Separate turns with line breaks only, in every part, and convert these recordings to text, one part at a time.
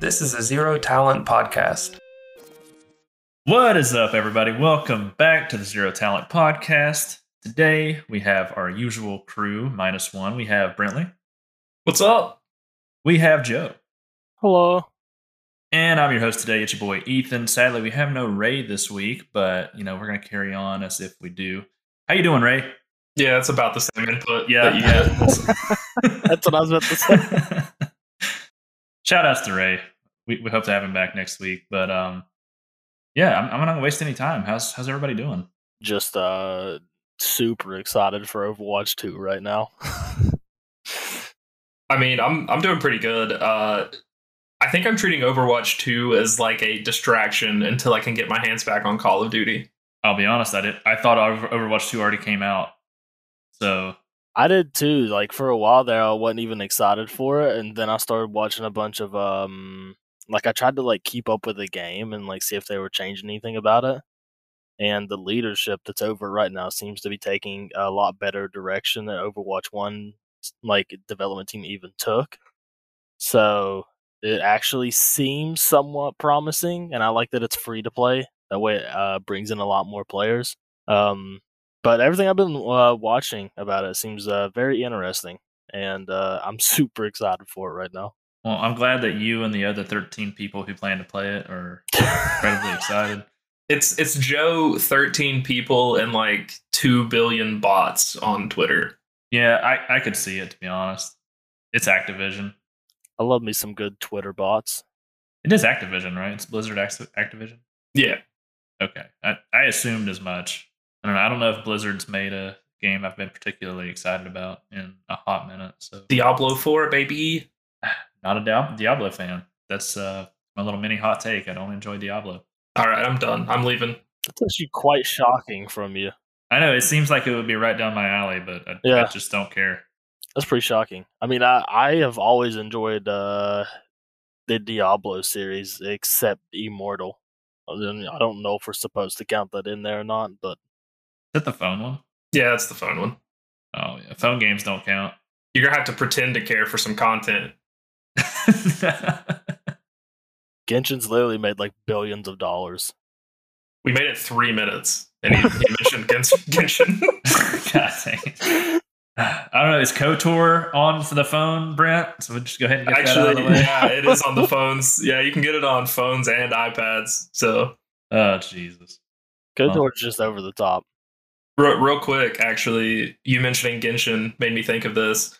This is a Zero Talent Podcast.
What is up, everybody? Welcome back to the Zero Talent Podcast. Today we have our usual crew minus one. We have Brentley.
What's up?
We have Joe.
Hello.
And I'm your host today. It's your boy Ethan. Sadly, we have no Ray this week, but you know we're gonna carry on as if we do. How you doing, Ray?
Yeah, it's about the same input.
Yeah,
yeah.
That's what I was about to say.
Shout outs to Ray. We, we hope to have him back next week. But um, yeah, I'm, I'm not gonna waste any time. How's how's everybody doing?
Just uh super excited for Overwatch 2 right now.
I mean, I'm I'm doing pretty good. Uh, I think I'm treating Overwatch 2 as like a distraction until I can get my hands back on Call of Duty.
I'll be honest. I did. I thought Over- Overwatch Two already came out. So
I did too. Like for a while there I wasn't even excited for it and then I started watching a bunch of um like I tried to like keep up with the game and like see if they were changing anything about it. And the leadership that's over right now seems to be taking a lot better direction than Overwatch 1 like development team even took. So it actually seems somewhat promising and I like that it's free to play. That way it uh, brings in a lot more players. Um but everything I've been uh, watching about it seems uh, very interesting, and uh, I'm super excited for it right now.
well, I'm glad that you and the other 13 people who plan to play it are incredibly excited.
It's it's Joe, 13 people, and like two billion bots on Twitter.
Yeah, I I could see it to be honest. It's Activision.
I love me some good Twitter bots.
It is Activision, right? It's Blizzard Ax- Activision.
Yeah,
Okay, I, I assumed as much. I don't know. I don't know if Blizzard's made a game I've been particularly excited about in a hot minute. So
Diablo 4, baby.
not a Dia- Diablo fan. That's uh, my little mini hot take. I don't enjoy Diablo.
All right, I'm done. I'm leaving.
That's actually quite shocking from you.
I know it seems like it would be right down my alley, but I, I
Yeah.
just don't care.
That's pretty shocking. I mean, I I have always enjoyed uh, the Diablo series, except Immortal. I don't I don't know if we're supposed to count that in there or not, but
Is that the phone one?
Yeah, that's the phone one.
Oh yeah, phone games don't count.
You're gonna have to pretend to care for some content.
Genshin's literally made like billions of dollars.
We made it three minutes, and he, he mentioned Gens- Genshin.
God dang it. I don't know. Is Kotor on for the phone, Brent? So we'll just go ahead and get that out of the
Actually,
way.
yeah, it is on the phones. Yeah, you can get it on phones and iPads. So,
Oh Jesus!
Good
Huh.
Lord's just over the top.
real, real quick, actually, you mentioning Genshin made me think of this.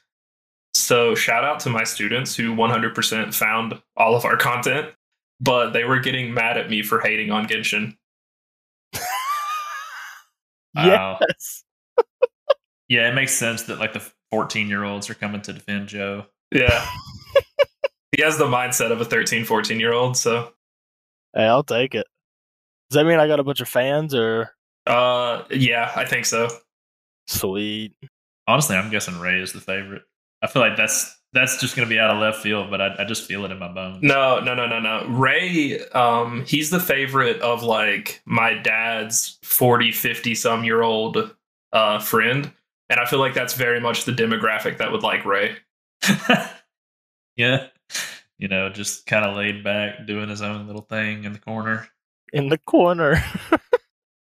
So, shout out to my students who 100% found all of our content, but they were getting mad at me for hating on Genshin.
Wow.
Yes.
Yeah, it makes sense that like the fourteen-year-olds are coming to defend Joe.
Yeah. he has the mindset of a 13, 14 year old. So,
Hey, I'll take it. Does that mean I got a bunch of fans or
uh, yeah, I think so.
sweet?
Honestly, I'm guessing Ray is the favorite. I feel like that's that's just going to be out of left field, but I, I just feel it in my bones.
No, no, no, no, no. Ray, um, he's the favorite of like my dad's 40, 50 some year old uh, friend. And I feel like that's very much the demographic that would like Ray.
yeah, you know, just kind of laid back, doing his own little thing in the corner.
In the corner.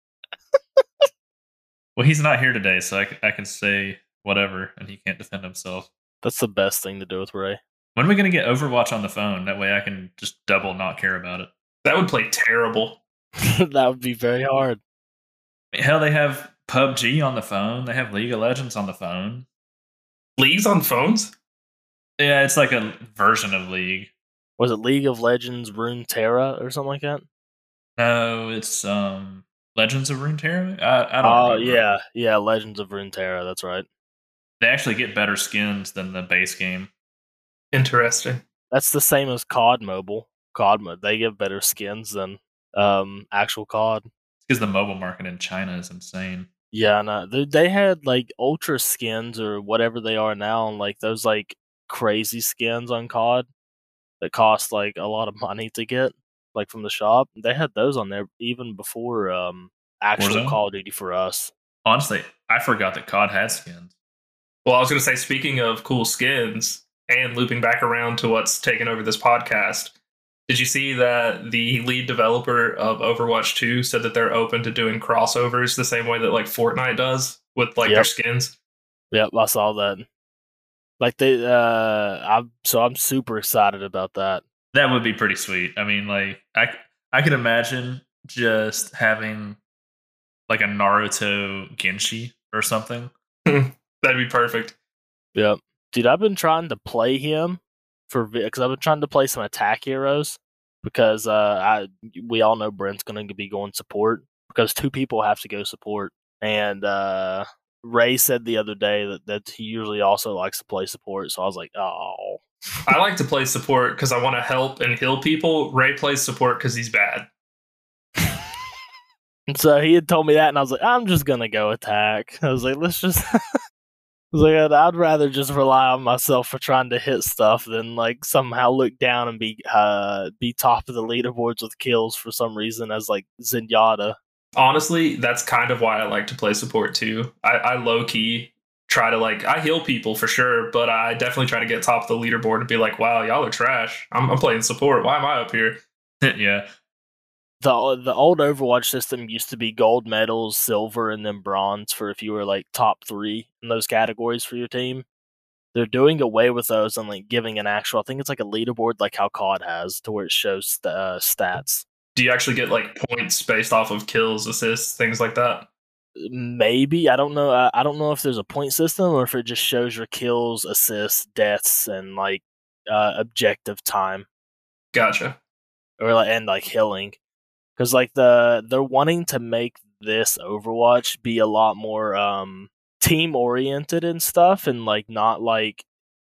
Well, he's not here today, so I, c- I can say whatever, and he can't defend himself.
That's the best thing to do with Ray.
When are we going to get Overwatch on the phone? That way, I can just double not care about it.
That would play terrible.
that would be very hard.
I mean, hell, they have PUBG on the phone. They have League of Legends on the phone.
Leagues on phones?
Yeah, it's like a version of League.
Was it League of Legends Runeterra or something like that?
No, it's um Legends of Runeterra. I, I don't.
Oh
remember.
yeah, yeah, Legends of Runeterra. That's right.
they actually get better skins than the base game.
Interesting.
That's the same as COD Mobile. COD, mo- they give better skins than um actual COD.
because the mobile market in China is insane.
Yeah, no, they, they had like ultra skins or whatever they are now, and like those like crazy skins on COD that cost like a lot of money to get, like from the shop. They had those on there even before um actual
Warzone?
Call of Duty for us.
Honestly, I forgot that COD had skins.
Well, I was going to say, speaking of cool skins and looping back around to what's taken over this podcast, Did you see that the lead developer of Overwatch 2 said that they're open to doing crossovers the same way that like Fortnite does with like their
Yep.
skins?
Yep, I saw that. Like they, uh, I'm so I'm super excited about that.
That would be pretty sweet. I mean, like I I could imagine just having like a Naruto Genshi or something.
That'd be perfect.
Yep, dude, I've been trying to play him for because I've been trying to play some attack heroes because uh, I we all know Brent's going to be going support because two people have to go support and uh, Ray said the other day that that he usually also likes to play support, so I was like, oh,
I like to play support because I want to help and heal people. Ray plays support because he's bad.
And so he had told me that, and I was like, I'm just gonna go attack. I was like, let's just. I was like, I'd, I'd rather just rely on myself for trying to hit stuff than like somehow look down and be uh be top of the leaderboards with kills for some reason as like Zenyatta.
honestly, that's kind of why I like to play support too. I, I low key try to like I heal people for sure, but I definitely try to get top of the leaderboard and be like, wow, y'all are trash. I'm, I'm playing support. Why am I up here?
yeah.
The the old Overwatch system used to be gold medals, silver, and then bronze for if you were like top three in those categories for your team. They're doing away with those and like giving an actual. I think it's like a leaderboard, like how COD has, to where it shows st- uh, stats.
Do you actually get like points based off of kills, assists, things like that?
maybe i don't know I, I don't know if there's a point system or if it just shows your kills assists deaths and like uh objective time
Gotcha.
or like and like healing because like the they're wanting to make this overwatch be a lot more um team oriented and stuff and like not like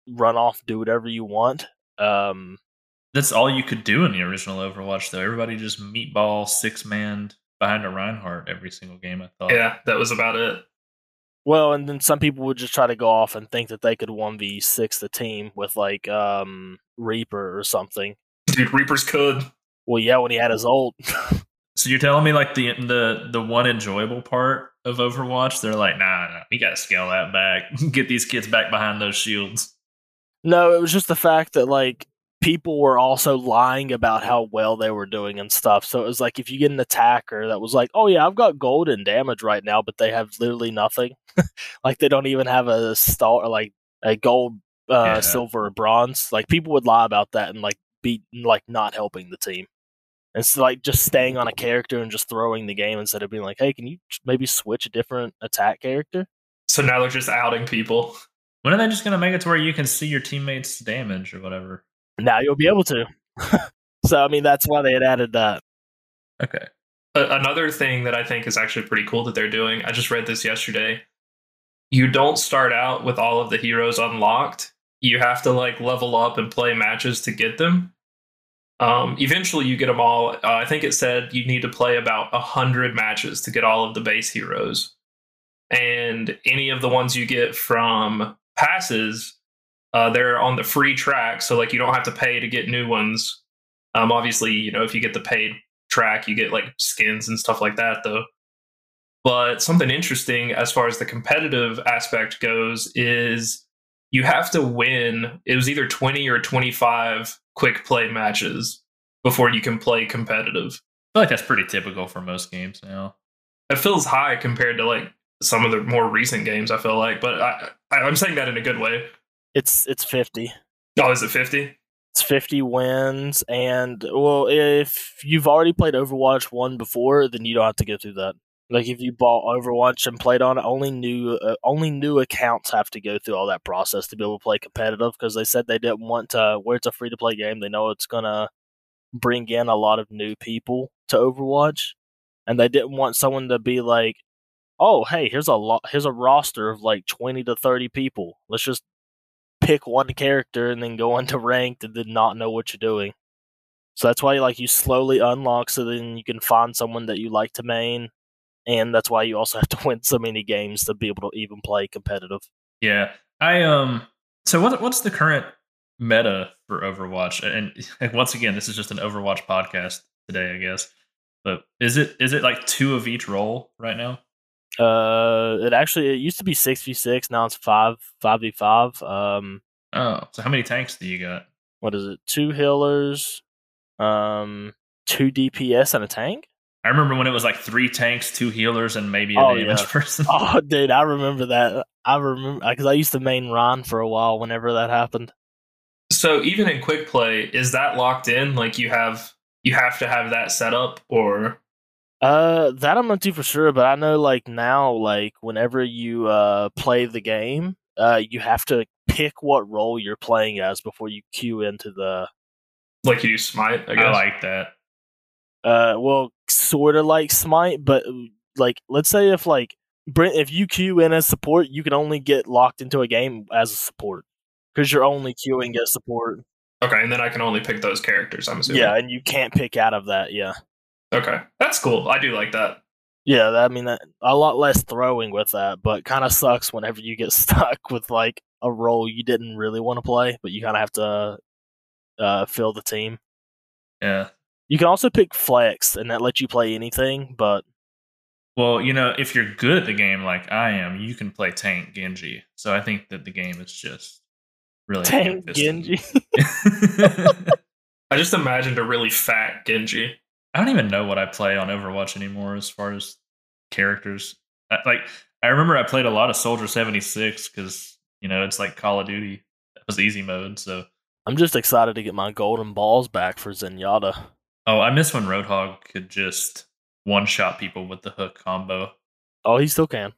run off do whatever you want um
That's all you could do in the original Overwatch though. Everybody just meatball six man behind a Reinhardt every single game, I thought.
Yeah, that was about it.
Well, and then some people would just try to go off and think that they could one v six the team with like um Reaper or something.
Dude, Reapers could.
Well, yeah, when he had his ult.
So you're telling me like the the the one enjoyable part of Overwatch, they're like, nah, nah, we gotta scale that back. Get these kids back behind those shields.
no, it was just the fact that like people were also lying about how well they were doing and stuff. So it was like if you get an attacker that was like, "Oh yeah, I've got gold and damage right now," but they have literally nothing. like they don't even have a star, like a gold, uh,
Yeah.
silver, or bronze. Like people would lie about that and like be like not helping the team. And so, like just staying on a character and just throwing the game instead of being like, "Hey, can you maybe switch a different attack character?"
So now they're just outing people.
When are they just gonna make it to where you can see your teammates' damage or whatever?
Now you'll be able to. so I mean, that's why they had added that.
Okay.
A- another thing that I think is actually pretty cool that they're doing, I just read this yesterday. You don't start out with all of the heroes unlocked. You have to like level up and play matches to get them. Um, eventually, you get them all. Uh, I think it said you need to play about 100 matches to get all of the base heroes. And any of the ones you get from passes, uh, they're on the free track. So, like, you don't have to pay to get new ones. Um, obviously, you know, if you get the paid track. You get like skins and stuff like that, though. But something interesting as far as the competitive aspect goes is you have to win. It was either 20 or 25 quick play matches before you can play competitive.
I feel like that's pretty typical for most games now.
It feels high compared to like some of the more recent games, I feel like, but I, I, I'm saying that in a good way.
It's it's fifty.
Oh, is it 50?
It's fifty wins, and well, if you've already played Overwatch one before, then you don't have to go through that. Like if you bought Overwatch and played on it, only new uh, only new accounts have to go through all that process to be able to play competitive because they said they didn't want to. Where it's a free to play game, they know it's gonna bring in a lot of new people to Overwatch, and they didn't want someone to be like, "Oh, hey, here's a lot, here's a roster of like twenty to thirty people. Let's just pick one character and then go into ranked and then not know what you're doing." So that's why like you slowly unlock, so then you can find someone that you like to main, and that's why you also have to win so many games to be able to even play competitive.
Yeah. I um so what what's the current meta for Overwatch? And, and once again, this is just an Overwatch podcast today, I guess. But is it is it like two of each role right now?
Uh, it actually it used to be six v six, now it's five five v five. Um.
Oh, so how many tanks do you got?
what is it? Two healers, um, two DPS and a tank.
I remember when it was like three tanks, two healers, and maybe a
Oh,
damage
yeah.
person.
Oh, dude, I remember that. I remember because I used to main Ron for a while. Whenever that happened,
So even in quick play, is that locked in? Like you have you have to have that set up or
uh, that I'm not too for sure, but I know like now, like whenever you uh play the game, uh, you have to pick what role you're playing as before you queue into the
like you do smite, I guess.
I like that.
uh well sort of like smite but uh, like let's say if like Brent if you queue in as support you can only get locked into a game as a support because you're only queuing as support
okay, and then I can only pick those characters, I'm assuming.
yeah and you can't pick out of that yeah
Okay. That's cool. I do like that.
yeah that, I mean that, a lot less throwing with that but kind of sucks whenever you get stuck with like a role you didn't really want to play but you kind of have to uh fill the team
Yeah.
you can also pick flex and that lets you play anything but
Well, you know, if you're good at the game like I am, you can play tank Genji. So I think that the game is just really
tank
ham-fisted.
genji
I just imagined a really fat Genji.
I don't even know what I play on Overwatch anymore as far as characters. I, like I remember I played a lot of Soldier 76 cuz you know, it's like Call of Duty. That was easy mode, so
I'm just excited to get my golden balls back for Zenyatta.
Oh, I miss when Roadhog could just one-shot people with the hook combo.
Oh, he still can.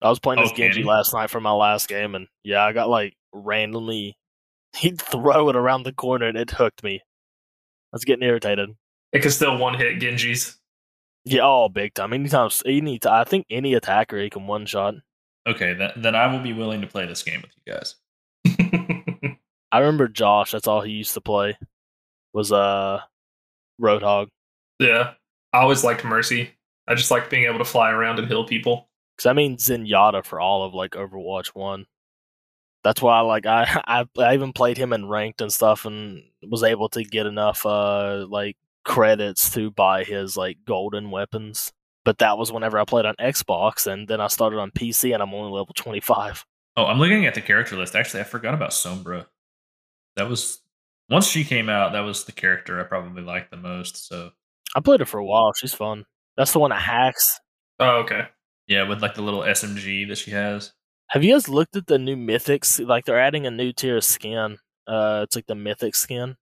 I was playing
Oh,
this
can
Genji
he?
last night for my last game, and yeah, I got like randomly. He'd throw it around the corner and it hooked me. I was getting irritated.
It can still one hit Genjis.
Yeah, oh, big time. Anytime, any, ti- I think any attacker he can one shot.
Okay, th- then I will be willing to play this game with you guys.
I remember Josh. That's all he used to play. Was uh, Roadhog.
yeah. I always liked Mercy. I just liked being able to fly around and heal people.
Because I mean Zenyatta for all of like Overwatch One. That's why like I, I I even played him in ranked and stuff and was able to get enough uh like credits to buy his like golden weapons. But that was whenever I played on Xbox and then I started on PC and I'm only level twenty five.
Oh, I'm looking at the character list. Actually, I forgot about Sombra. That was once she came out. That was the character I probably liked the most. So
I played her for a while, she's fun. That's the one that hacks.
Oh, okay.
yeah, with like the little SMG that she has.
Have you guys looked at the new mythics? Like they're adding a new tier of skin. Uh it's like the mythic skin.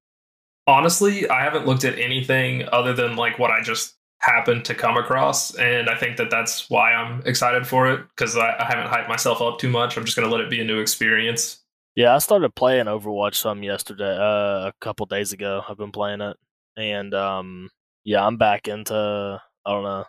Honestly, I haven't looked at anything other than like what I just happened to come across, and I think that that's why I'm excited for it because I, I haven't hyped myself up too much. I'm just gonna let it be a new experience.
Yeah, I started playing Overwatch some yesterday, uh, a couple days ago. I've been playing it, and um, yeah, I'm back into. I don't know.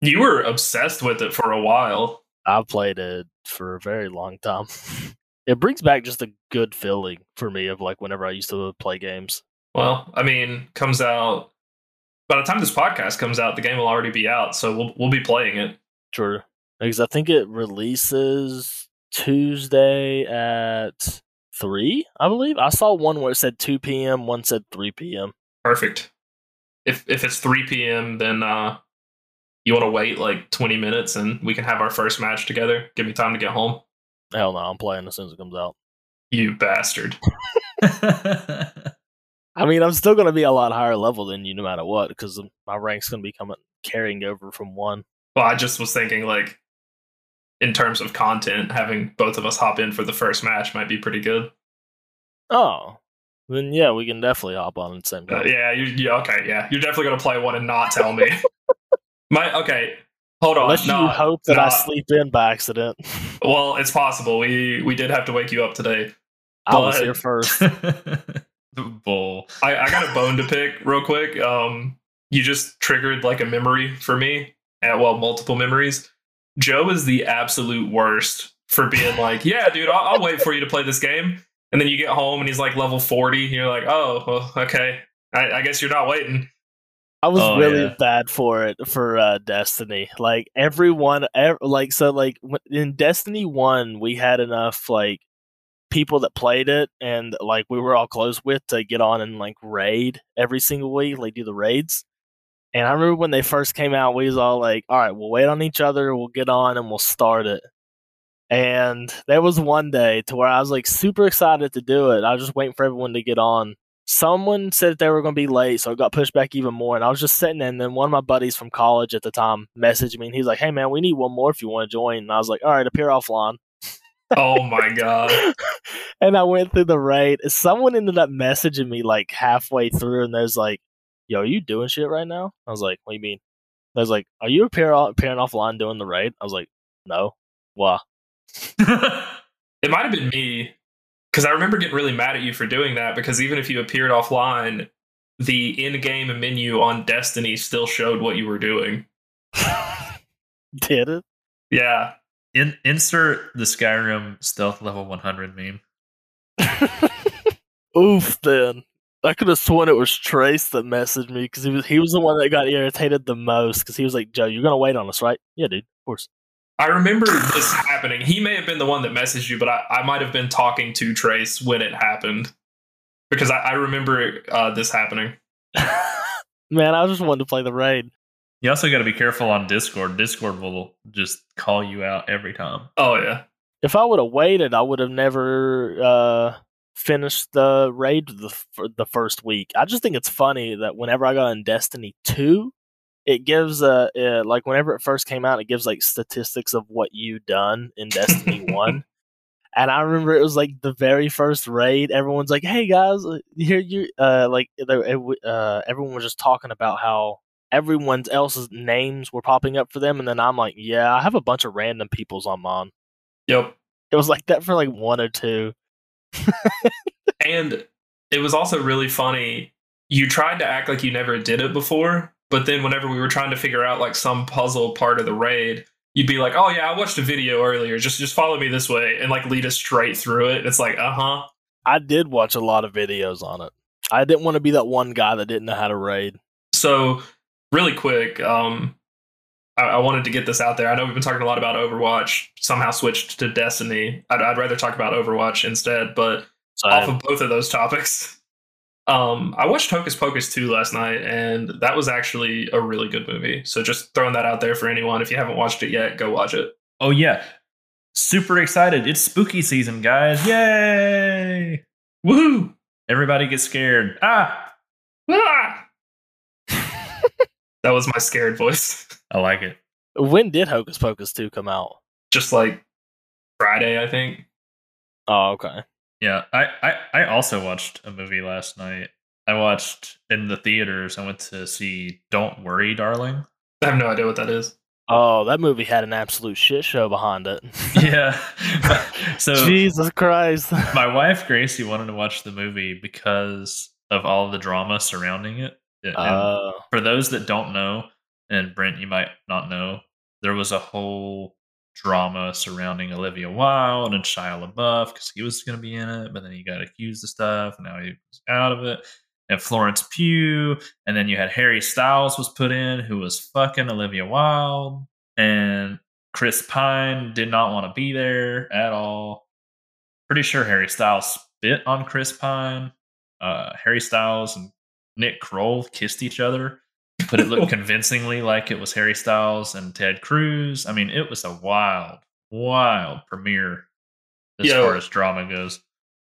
You were obsessed with it for a while.
I've played it for a very long time. it brings back just a good feeling for me of like whenever I used to play games.
Well, I mean, comes out by the time this podcast comes out, the game will already be out, so we'll we'll be playing it.
True, because I think it releases Tuesday at three. I believe I saw one where it said two p.m., one said three p.m.
Perfect. If if it's 3 p.m., then uh, you want to wait like 20 minutes, and we can have our first match together. Give me time to get home.
Hell no, I'm playing as soon as it comes out.
You bastard.
I mean, I'm still going to be a lot higher level than you no matter what because my rank's going to be coming carrying over from one.
Well, I just was thinking like in terms of content, having both of us hop in for the first match might be pretty good.
Oh, then yeah, we can definitely hop on at the same
Uh,
time.
yeah, you, yeah, okay, yeah. You're definitely gonna play one and not tell me. My okay, hold on.
Unless
no,
you hope that I
nah.
sleep in by accident.
Well, it's possible. We we did have to wake you up today.
I was
But-
here first.
Bull.
I, I got a bone to pick real quick. Um, you just triggered like a memory for me, and well, multiple memories. Joe is the absolute worst for being like, "Yeah, dude, I'll, I'll wait for you to play this game," and then you get home and he's like level forty. And you're like, "Oh, well, okay, I, I guess you're not waiting."
I was
Oh,
really
yeah.
bad for it for uh, Destiny. Like everyone, ev- like so, like w- in Destiny One, we had enough like people that played it, and like we were all close with to get on and like raid every single week, like do the raids. And I remember when they first came out, we was all like, "All right, we'll wait on each other, we'll get on, and we'll start it." And there was one day to where I was like super excited to do it. I was just waiting for everyone to get on, someone said they were going to be late, so it got pushed back even more. And I was just sitting there, and then one of my buddies from college at the time messaged me, and he's like, "Hey man, we need one more if you want to join." And I was like, "All right, appear offline."
Oh my god.
and I went through the raid. Someone ended up messaging me like halfway through, and there's like, "Yo, are you doing shit right now?" I was like, "What do you mean?" I was like, "Are you appear- appearing offline doing the raid?" I was like, "No, why?"
it might have been me because I remember getting really mad at you for doing that because even if you appeared offline, the in-game menu on Destiny still showed what you were doing.
Did it?
Yeah,
In, insert the Skyrim stealth level 100 meme.
Oof, then. I could have sworn it was Trace that messaged me because he was he was the one that got irritated the most because he was like, "Joe, you're gonna wait on us, right?" Yeah, dude, of course.
I remember this happening. He may have been the one that messaged you, but I, I might have been talking to Trace when it happened because I, I remember uh, this happening.
Man, I just wanted to play the raid.
You also got to be careful on Discord. Discord will just call you out every time.
Oh yeah,
If I would have waited, I would have never uh, finished the raid the f- the first week. I just think it's funny that whenever I got in Destiny two, it gives uh, uh like whenever it first came out, it gives like statistics of what you done in Destiny one. And I remember it was like the very first raid. Everyone's like, "Hey guys, uh, here you uh like they- it w- uh everyone was just talking about how everyone else's names were popping up for them." And then I'm like, "Yeah, I have a bunch of random peoples on mine."
yep.
It was like that for like one or two.
And it was also really funny. You tried to act like you never did it before, but then whenever we were trying to figure out like some puzzle part of the raid, you'd be like, "Oh yeah, I watched a video earlier. Just just follow me this way," and like lead us straight through it. It's like, uh huh.
I did watch a lot of videos on it. I didn't want to be that one guy that didn't know how to raid.
So really quick, um, I, I wanted to get this out there. I know we've been talking a lot about Overwatch. Somehow switched to Destiny. I'd, I'd rather talk about Overwatch instead, but
So
off of both of those topics. Um, I watched Hocus Pocus 2 last night, and that was actually a really good movie. So just throwing that out there for anyone. If you haven't watched it yet, go watch it.
Oh, yeah. Super excited. It's spooky season, guys. Yay. Woohoo. Everybody gets scared. Ah,
Ah! that was my scared voice.
I like it.
when did Hocus Pocus 2 come out?
just like Friday, I think.
Oh, okay.
Yeah, I, I I also watched a movie last night. I watched in the theaters. I went to see Don't Worry, Darling.
I have no idea what that is.
Oh, that movie had an absolute shit show behind it.
Yeah. so
Jesus Christ.
my wife Gracie wanted to watch the movie because of all the drama surrounding it. And
Uh,
for those that don't know, and Brent, you might not know, there was a whole drama surrounding Olivia Wilde and Shia LaBeouf because he was going to be in it, but then he got accused of stuff. And now he's out of it. And Florence Pugh, and then you had Harry Styles was put in, who was fucking Olivia Wilde, and Chris Pine did not want to be there at all. Pretty sure Harry Styles spit on Chris Pine. Uh, Harry Styles and Nick Kroll kissed each other, but it looked convincingly like it was Harry Styles and Ted Cruz. I mean, it was a wild, wild premiere as
Yo.
far as drama goes.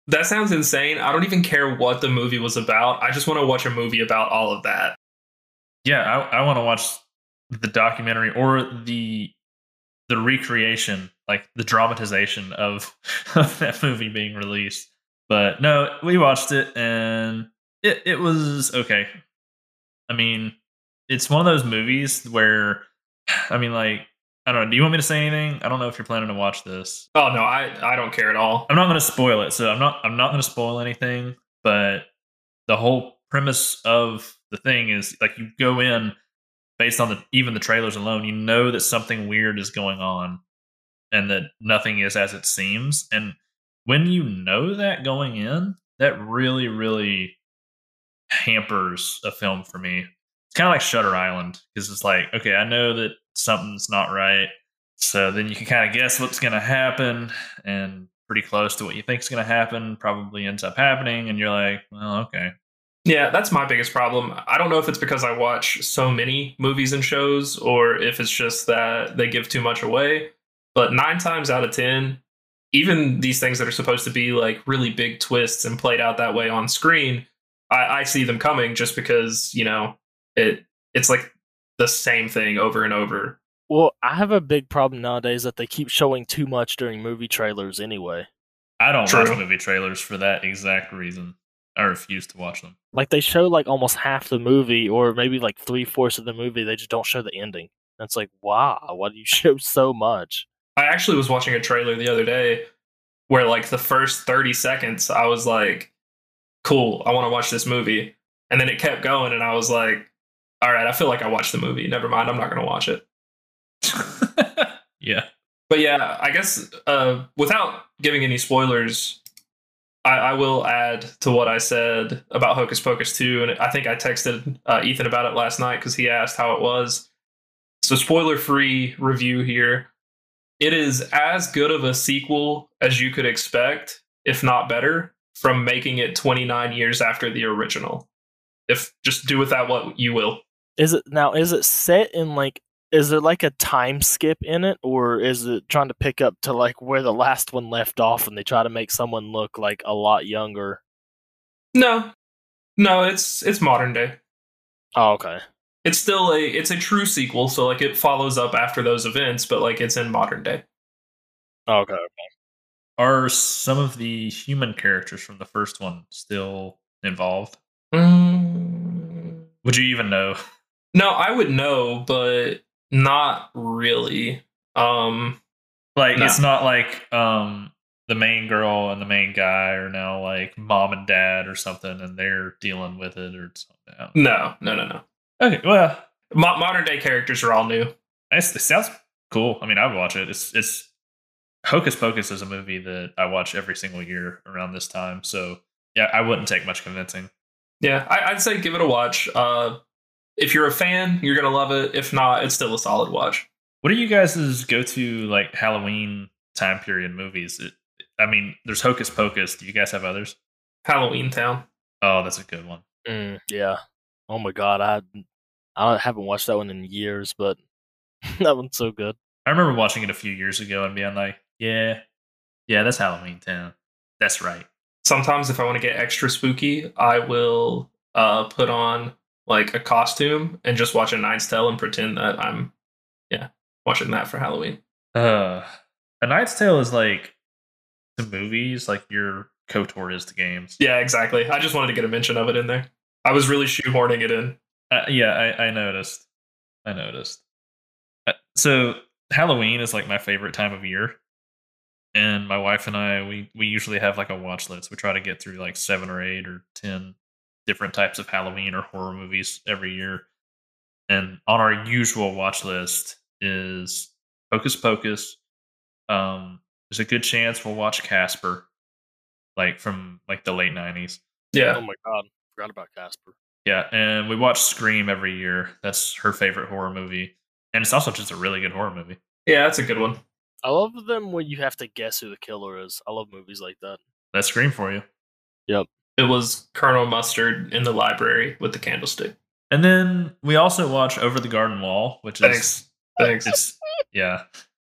That sounds insane. I don't even care what the movie was about. I just want to watch a movie about all of that.
Yeah, I, I want to watch the documentary or the the recreation, like the dramatization of, of that movie being released. But no, we watched it and it, it was okay. I mean, it's one of those movies where I mean like I don't know, do you want me to say anything? I don't know if you're planning to watch this.
Oh no, I, I don't care at all.
I'm not going to spoil it, so I'm not I'm not going to spoil anything. But the whole premise of the thing is like you go in based on the even the trailers alone, you know that something weird is going on, and that nothing is as it seems. And when you know that going in, that really really hampers a film for me. It's kind of like Shutter Island because it's like okay, I know that something's not right. So then you can kind of guess what's going to happen, and pretty close to what you think is going to happen probably ends up happening and you're like well okay
Yeah, that's my biggest problem. I don't know if it's because I watch so many movies and shows or if it's just that they give too much away. But nine times out of 10, even these things that are supposed to be like really big twists and played out that way on screen, I, I see them coming just because you know it. It's like the same thing over and over.
Well, I have a big problem nowadays that they keep showing too much during movie trailers anyway.
I don't
True.
watch movie trailers for that exact reason. I refuse to watch them.
Like they show like almost half the movie or maybe like three fourths of the movie, they just don't show the ending. And it's like, wow, why do you show so much?
I actually was watching a trailer the other day where like the first 30 seconds I was like, cool, I want to watch this movie. And then it kept going and I was like, all right, I feel like I watched the movie. Never mind, I'm not going to watch it.
yeah.
But yeah, I guess uh, without giving any spoilers, I, I will add to what I said about Hocus Pocus 2. And I think I texted uh, Ethan about it last night because he asked how it was. So, spoiler free review here. It is as good of a sequel as you could expect, if not better, from making it 29 years after the original. If just do with that what you will.
Is it now is it set in like is there like a time skip in it or is it trying to pick up to like where the last one left off and they try to make someone look like a lot younger?
No, no, it's it's modern day.
Oh, okay.
it's still a it's a true sequel so like it follows up after those events but like it's in modern day
Oh, okay.
Are some of the human characters from the first one still involved? Would you even know?
no i would know but not really um
Like
No.
it's not like um the main girl and the main guy are now like mom and dad or something and they're dealing with it or something. I don't know.
no no no no
Okay, well,
Mo- modern day characters are all new
It's, it sounds cool. I mean, I would watch it. It's it's Hocus Pocus is a movie that I watch every single year around this time. So yeah, I wouldn't take much convincing.
yeah I, i'd say give it a watch uh if you're a fan you're gonna love it if not it's still a solid watch
What are you guys' go to like Halloween time period movies? It, I mean, there's Hocus Pocus. Do you guys have others?
halloween town
Oh, that's a good one.
Mm, yeah. Oh my god, I I haven't watched that one in years, but that one's so good.
I remember watching it a few years ago and being like, yeah, yeah, that's Halloween Town. That's right.
sometimes if i want to get extra spooky i will uh put on like a costume and just watch a night's tale and pretend that i'm yeah watching that for halloween
Uh, a Knight's Tale is like the movies, like your KOTOR is to games.
Yeah, exactly. I just wanted to get a mention of it in there. I was really shoehorning it in.
Uh, yeah, I, I noticed. I noticed. Uh, so Halloween is like my favorite time of year, and my wife and I we we usually have like a watch list. We try to get through like seven or eight or ten different types of Halloween or horror movies every year. And on our usual watch list is Hocus Pocus. Um, there's a good chance we'll watch Casper, like from like the late '90s.
Oh
Yeah.
my god, forgot about Casper.
Yeah, and we watch Scream every year. That's her favorite horror movie. And it's also just a really good horror movie.
Yeah, that's a good one.
I love them when you have to guess who the killer is. I love movies like that.
That's Scream for you.
It was Colonel Mustard in the library with the candlestick.
And then we also watch Over the Garden Wall, which is
Thanks. Thanks.
it's yeah.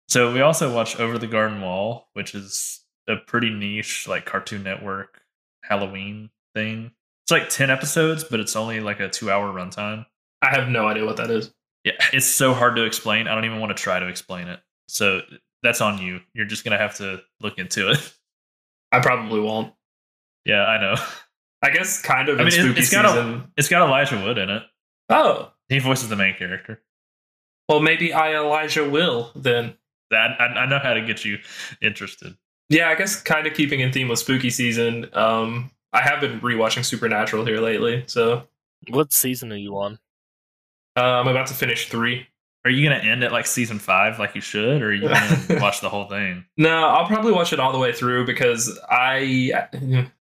So we also watch Over the Garden Wall, which is a pretty niche like Cartoon Network Halloween thing. It's like 10 episodes, but it's only like a 2-hour runtime.
I have no idea what that is.
Yeah, it's so hard to explain. I don't even want to try to explain it. So that's on you. You're just going to have to look into it.
I probably won't.
yeah, I know.
I guess kind of
I
in
mean, it-
spooky
it's got a-
season.
It's got Elijah Wood in it.
Oh.
He voices the main character.
Well, maybe I Elijah will then.
That I, I know how to get you interested.
Yeah, I guess kind of keeping in theme with spooky season. Um, I have been rewatching Supernatural here lately, so
What season are you on?
uh, I'm about to finish three.
Are you going to end at like season five, like you should, or are you going to watch the whole thing?
No, I'll probably watch it all the way through because I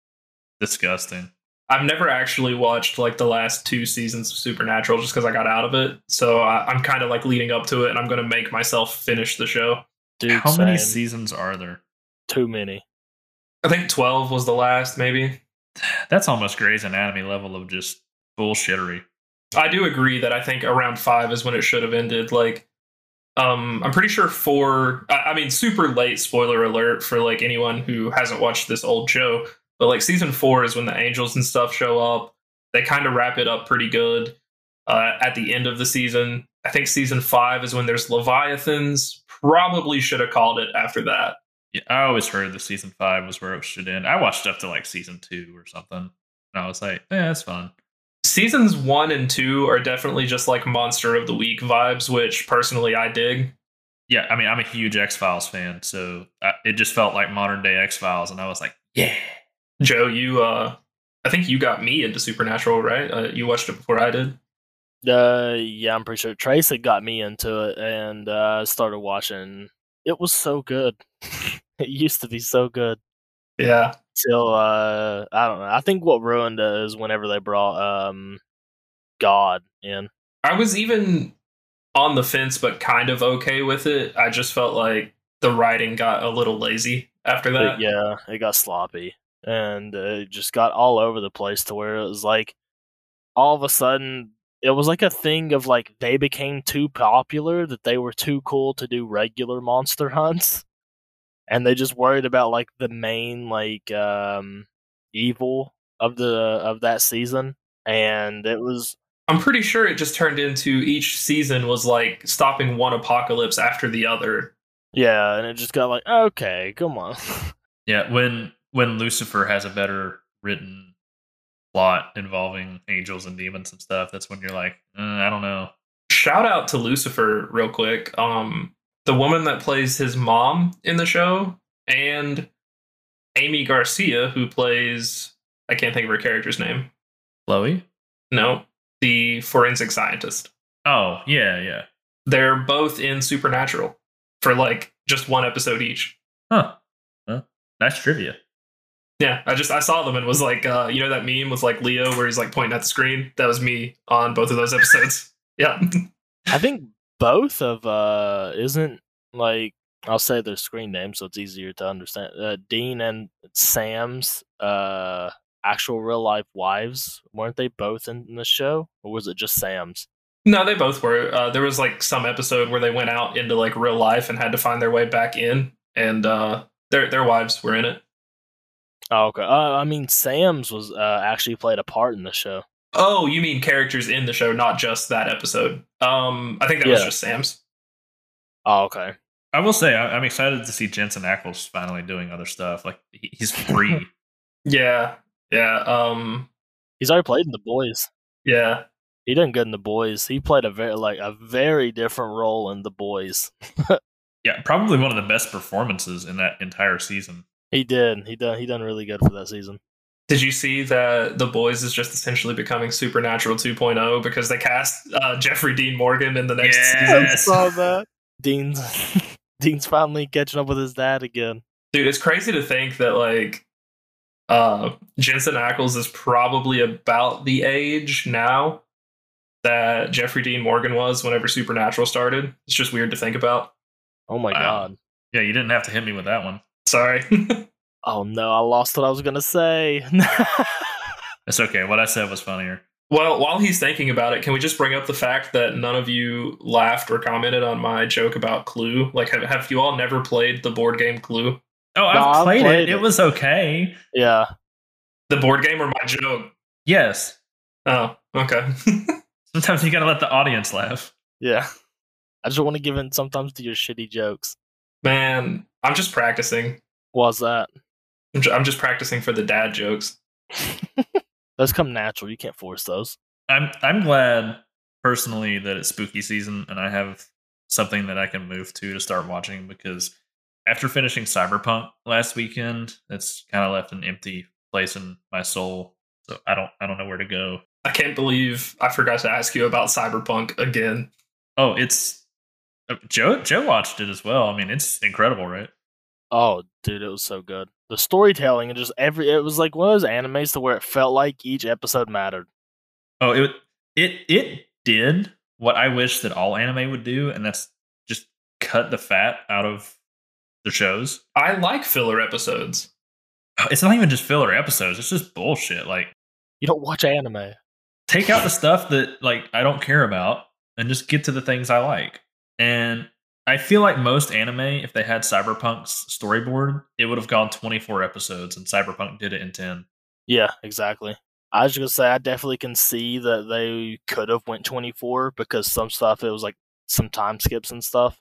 Disgusting.
I've never actually watched like the last two seasons of Supernatural just because I got out of it. So I, I'm kind of like leading up to it, and I'm going to make myself finish the show.
Dude,
how many
same.
seasons are there?
Too many.
I think 12 was the last, maybe.
That's almost Grey's Anatomy level of just bullshittery.
I do agree that I think around five is when it should have ended. Like, um, I'm pretty sure four. I, I mean, super late spoiler alert for like anyone who hasn't watched this old show. But like season four is when the angels and stuff show up. they kind of wrap it up pretty good uh, at the end of the season. I think season five is when there's Leviathans. Probably should have called it after that.
Yeah, I always heard the season five was where it should end. I watched up to like season two or something, and I was like, "Yeah, that's fun."
Seasons one and two are definitely just like monster of the week vibes, which personally I dig.
Yeah, I mean, I'm a huge X Files fan, so I, it just felt like modern day X Files, and I was like, "Yeah."
Joe, you, uh, I think you got me into Supernatural, right? Uh, you watched it before I did.
Uh, yeah, I'm pretty sure Trace had got me into it and uh, started watching. It was so good. it used to be so good.
Yeah.
Till uh, I don't know. I think what ruined it is whenever they brought um, God in.
I was even on the fence, but kind of okay with it. I just felt like the writing got a little lazy after that.
But yeah, it got sloppy and uh, it just got all over the place to where it was like all of a sudden it was like a thing of like they became too popular that they were too cool to do regular monster hunts and they just worried about like the main like um evil of the of that season and it was
I'm pretty sure it just turned into each season was like stopping one apocalypse after the other.
yeah and it just got like okay come on
Yeah, when when Lucifer has a better written plot involving angels and demons and stuff, that's when you're like, "Uh, I don't know.
Shout out to Lucifer real quick. Um the woman that plays his mom in the show and Amy Garcia who plays I can't think of her character's name.
Chloe?
No, the forensic scientist.
Oh yeah, yeah.
They're both in Supernatural for like just one episode each.
Huh. Well, nice trivia.
Yeah, I just I saw them and was like, uh, you know that meme with like Leo where he's like pointing at the screen. That was me on both of those episodes. yeah,
I think both of uh isn't like I'll say their screen names so it's easier to understand. Uh, Dean and Sam's uh actual real life wives weren't they both in, in the show or was it just Sam's?
no, they both were. Uh, there was like some episode where they went out into like real life and had to find their way back in, and uh, their their wives were in it.
Oh, okay. Uh, I mean Sam's was uh, actually played a part in the show.
Oh, you mean characters in the show, not just that episode? Um, I think that was
Yeah.
just Sam's.
Oh, okay.
I will say I, I'm excited to see Jensen Ackles finally doing other stuff. Like he- he's free.
Yeah, yeah, um,
He's already played in the boys.
yeah.
He done good in the boys. He played a very like a very different role in the boys.
yeah, probably one of the best performances in that entire season.
He did. He done he done really good for that season.
Did you see that The Boys is just essentially becoming Supernatural 2.0 because they cast uh, Jeffrey Dean Morgan in the next
Yeah.
season?
Yes.
saw that. Dean's Dean's finally catching up with his dad again.
dude it's crazy to think that like uh jensen ackles is probably about the age now that jeffrey dean morgan was whenever supernatural started it's just weird to think about
Oh my
Wow.
god.
Yeah, you didn't have to hit me with that one.
sorry
Oh no, I lost what I was gonna say.
It's okay. What I said was funnier.
well while he's thinking about it can we just bring up the fact that none of you laughed or commented on my joke about clue like have, have you all never played the board game clue
Oh,
No,
I've
I
played,
played
it.
it.
It was okay.
yeah.
the board game or my joke
Yes.
oh okay
Sometimes you gotta let the audience laugh.
Yeah. I just wanna give in sometimes to your shitty jokes.
man i'm just practicing
What's that?
I'm ju- I'm just practicing for the dad jokes
those come natural. You can't force those.
I'm I'm glad personally that it's spooky season and I have something that I can move to to start watching because after finishing Cyberpunk last weekend, that's kind of left an empty place in my soul. So I don't I don't know where to go.
I can't believe I forgot to ask you about Cyberpunk again.
Oh, it's uh, Joe Joe watched it as well. I mean, it's incredible, right?
Oh, dude, it was so good. The storytelling and just every it was like one of those animes to where it felt like each episode mattered.
Oh, it it it did what I wish that all anime would do, and that's just cut the fat out of the shows.
I like filler episodes.
It's not even just filler episodes; it's just bullshit. Like,
You don't watch anime.
take out the stuff that like I don't care about, and just get to the things I like. And I feel like most anime, if they had Cyberpunk's storyboard, it would have gone twenty four episodes, and Cyberpunk did it in ten.
Yeah, exactly. I was just gonna say I definitely can see that they could have went 24 because some stuff it was like some time skips and stuff.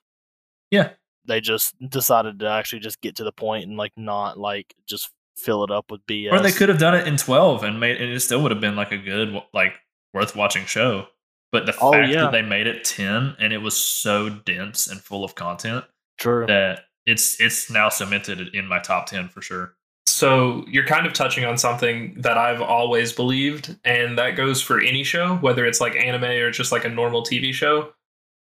Yeah.
They just decided to actually just get to the point and like not like just fill it up with BS.
Or they could have done it in 12 and made and it still would have been like a good like worth watching show. But the
Oh,
fact
yeah.
that they made it 10 and it was so dense and full of content
True.
that it's it's now cemented in my top 10 for sure.
So you're kind of touching on something that I've always believed, and that goes for any show, whether it's like anime or just like a normal TV show.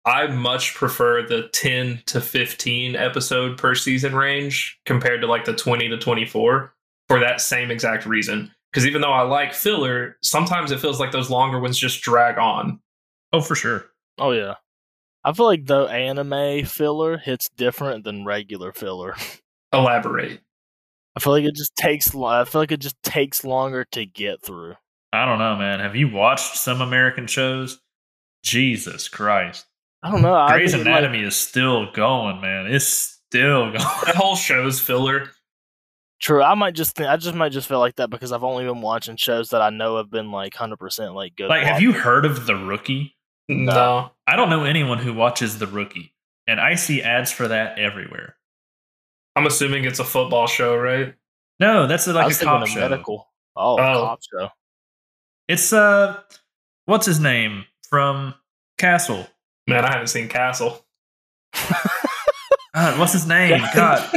I much prefer the 10 to 15 episode per season range compared to like the 20 to 24 for that same exact reason. Because even though I like filler, sometimes it feels like those longer ones just drag on.
Oh, for sure.
Oh yeah. I feel like though anime filler hits different than regular filler.
Elaborate.
I feel like it just takes. lo- I feel like it just takes longer to get through.
I don't know, man. Have you watched some American shows? Jesus Christ.
I don't know. I
Grey's
mean, like-
Anatomy is still going, man. It's still going.
That whole show's filler.
True. I might just. Think, I just might just feel like that because I've only been watching shows that I know have been like hundred percent like good.
like, have you heard of The Rookie?
No.
I don't know anyone who watches The Rookie, and I see ads for that everywhere.
I'm assuming it's a football show, right?
No, that's
I
like
was
a
thinking
cop
of
show.
medical. Oh, a
Oh.
cop show.
It's uh, what's his name from Castle?
Man, I haven't seen Castle.
God, Uh, what's his name? God,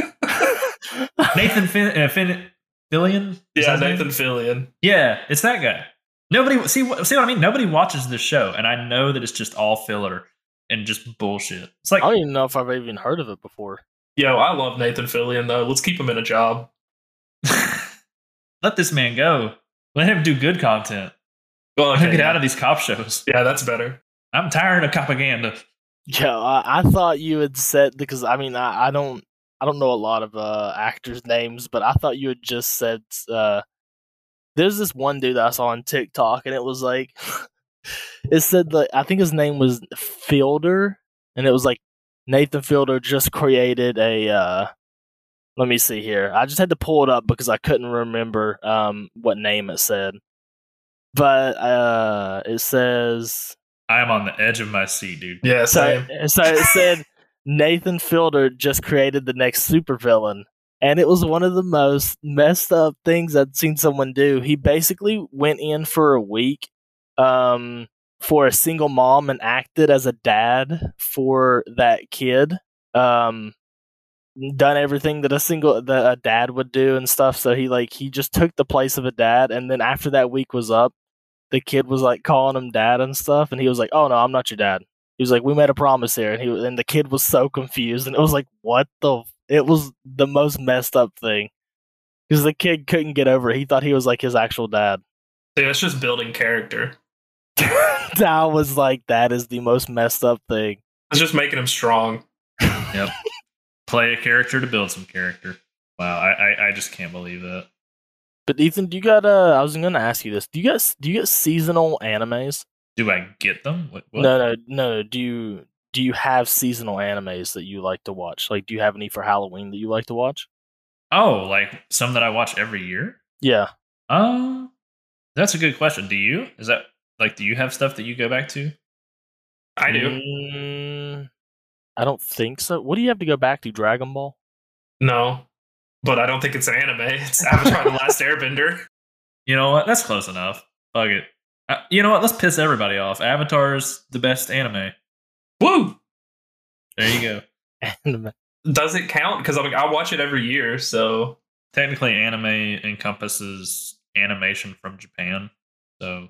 Nathan fin- uh, fin- Fillion. Is that
yeah,
his name?
Nathan Fillion.
Yeah, it's that guy. Nobody see what see what I mean. Nobody watches this show, and I know that it's just all filler and just bullshit. It's
I
like
don't even know if I've even heard of it before.
Yo, I love Nathan Fillion though. Let's keep him in a job.
let this man go. Let him do good content.
Well,
Let him get out of these cop shows.
Yeah, that's better.
I'm tired of propaganda.
Yeah, I, I thought you had said because I mean I, I don't I don't know a lot of uh, actors' names, but I thought you had just said uh, there's this one dude that I saw on TikTok, and it was like it said like I think his name was Fielder, and it was like Nathan Fielder just created a. Uh, let me see here. I just had to pull it up because I couldn't remember um, what name it said, but uh, it says.
I am on the edge of my seat, dude.
Yeah,
So,
same.
so it said Nathan Fielder just created the next supervillain. And it was one of the most messed up things I'd seen someone do. He basically went in for a week um, for a single mom and acted as a dad for that kid. Um, done everything that a single that a dad would do and stuff. So he like he just took the place of a dad. And then after that week was up, the kid was like calling him dad and stuff. And he was like, "Oh no, I'm not your dad." he was like, "We made a promise here," and he and the kid was so confused, and it was like, "What the?" f-" It was the most messed up thing because the kid couldn't get over it. He thought he was like his actual dad.
Dude, it's just building character.
I was like, "That is the most messed up thing."
It's just making him strong.
Play a character to build some character. Wow, I, I, I just can't believe that.
But Ethan, do you got? Uh, I was gonna ask you this. Do you guys do you get seasonal animes?
Do I get them? What, what?
No, no, no, no. Do you do you have seasonal animes that you like to watch? Like, do you have any for Halloween that you like to watch?
Oh, like some that I watch every year.
Yeah.
Um, that's a good question. Do you? Is that like? Do you have stuff that you go back to?
I do.
Mm, I don't think so. What do you have to go back to? Dragon Ball.
No. But I don't think it's an anime. It's Avatar The Last Airbender.
You know what? That's close enough. Fuck it. Uh, you know what? Let's piss everybody off. Avatar's the best anime.
Woo!
There you go.
Anime.
Does it count? Because I mean, I watch it every year, so
Technically, anime encompasses animation from Japan, so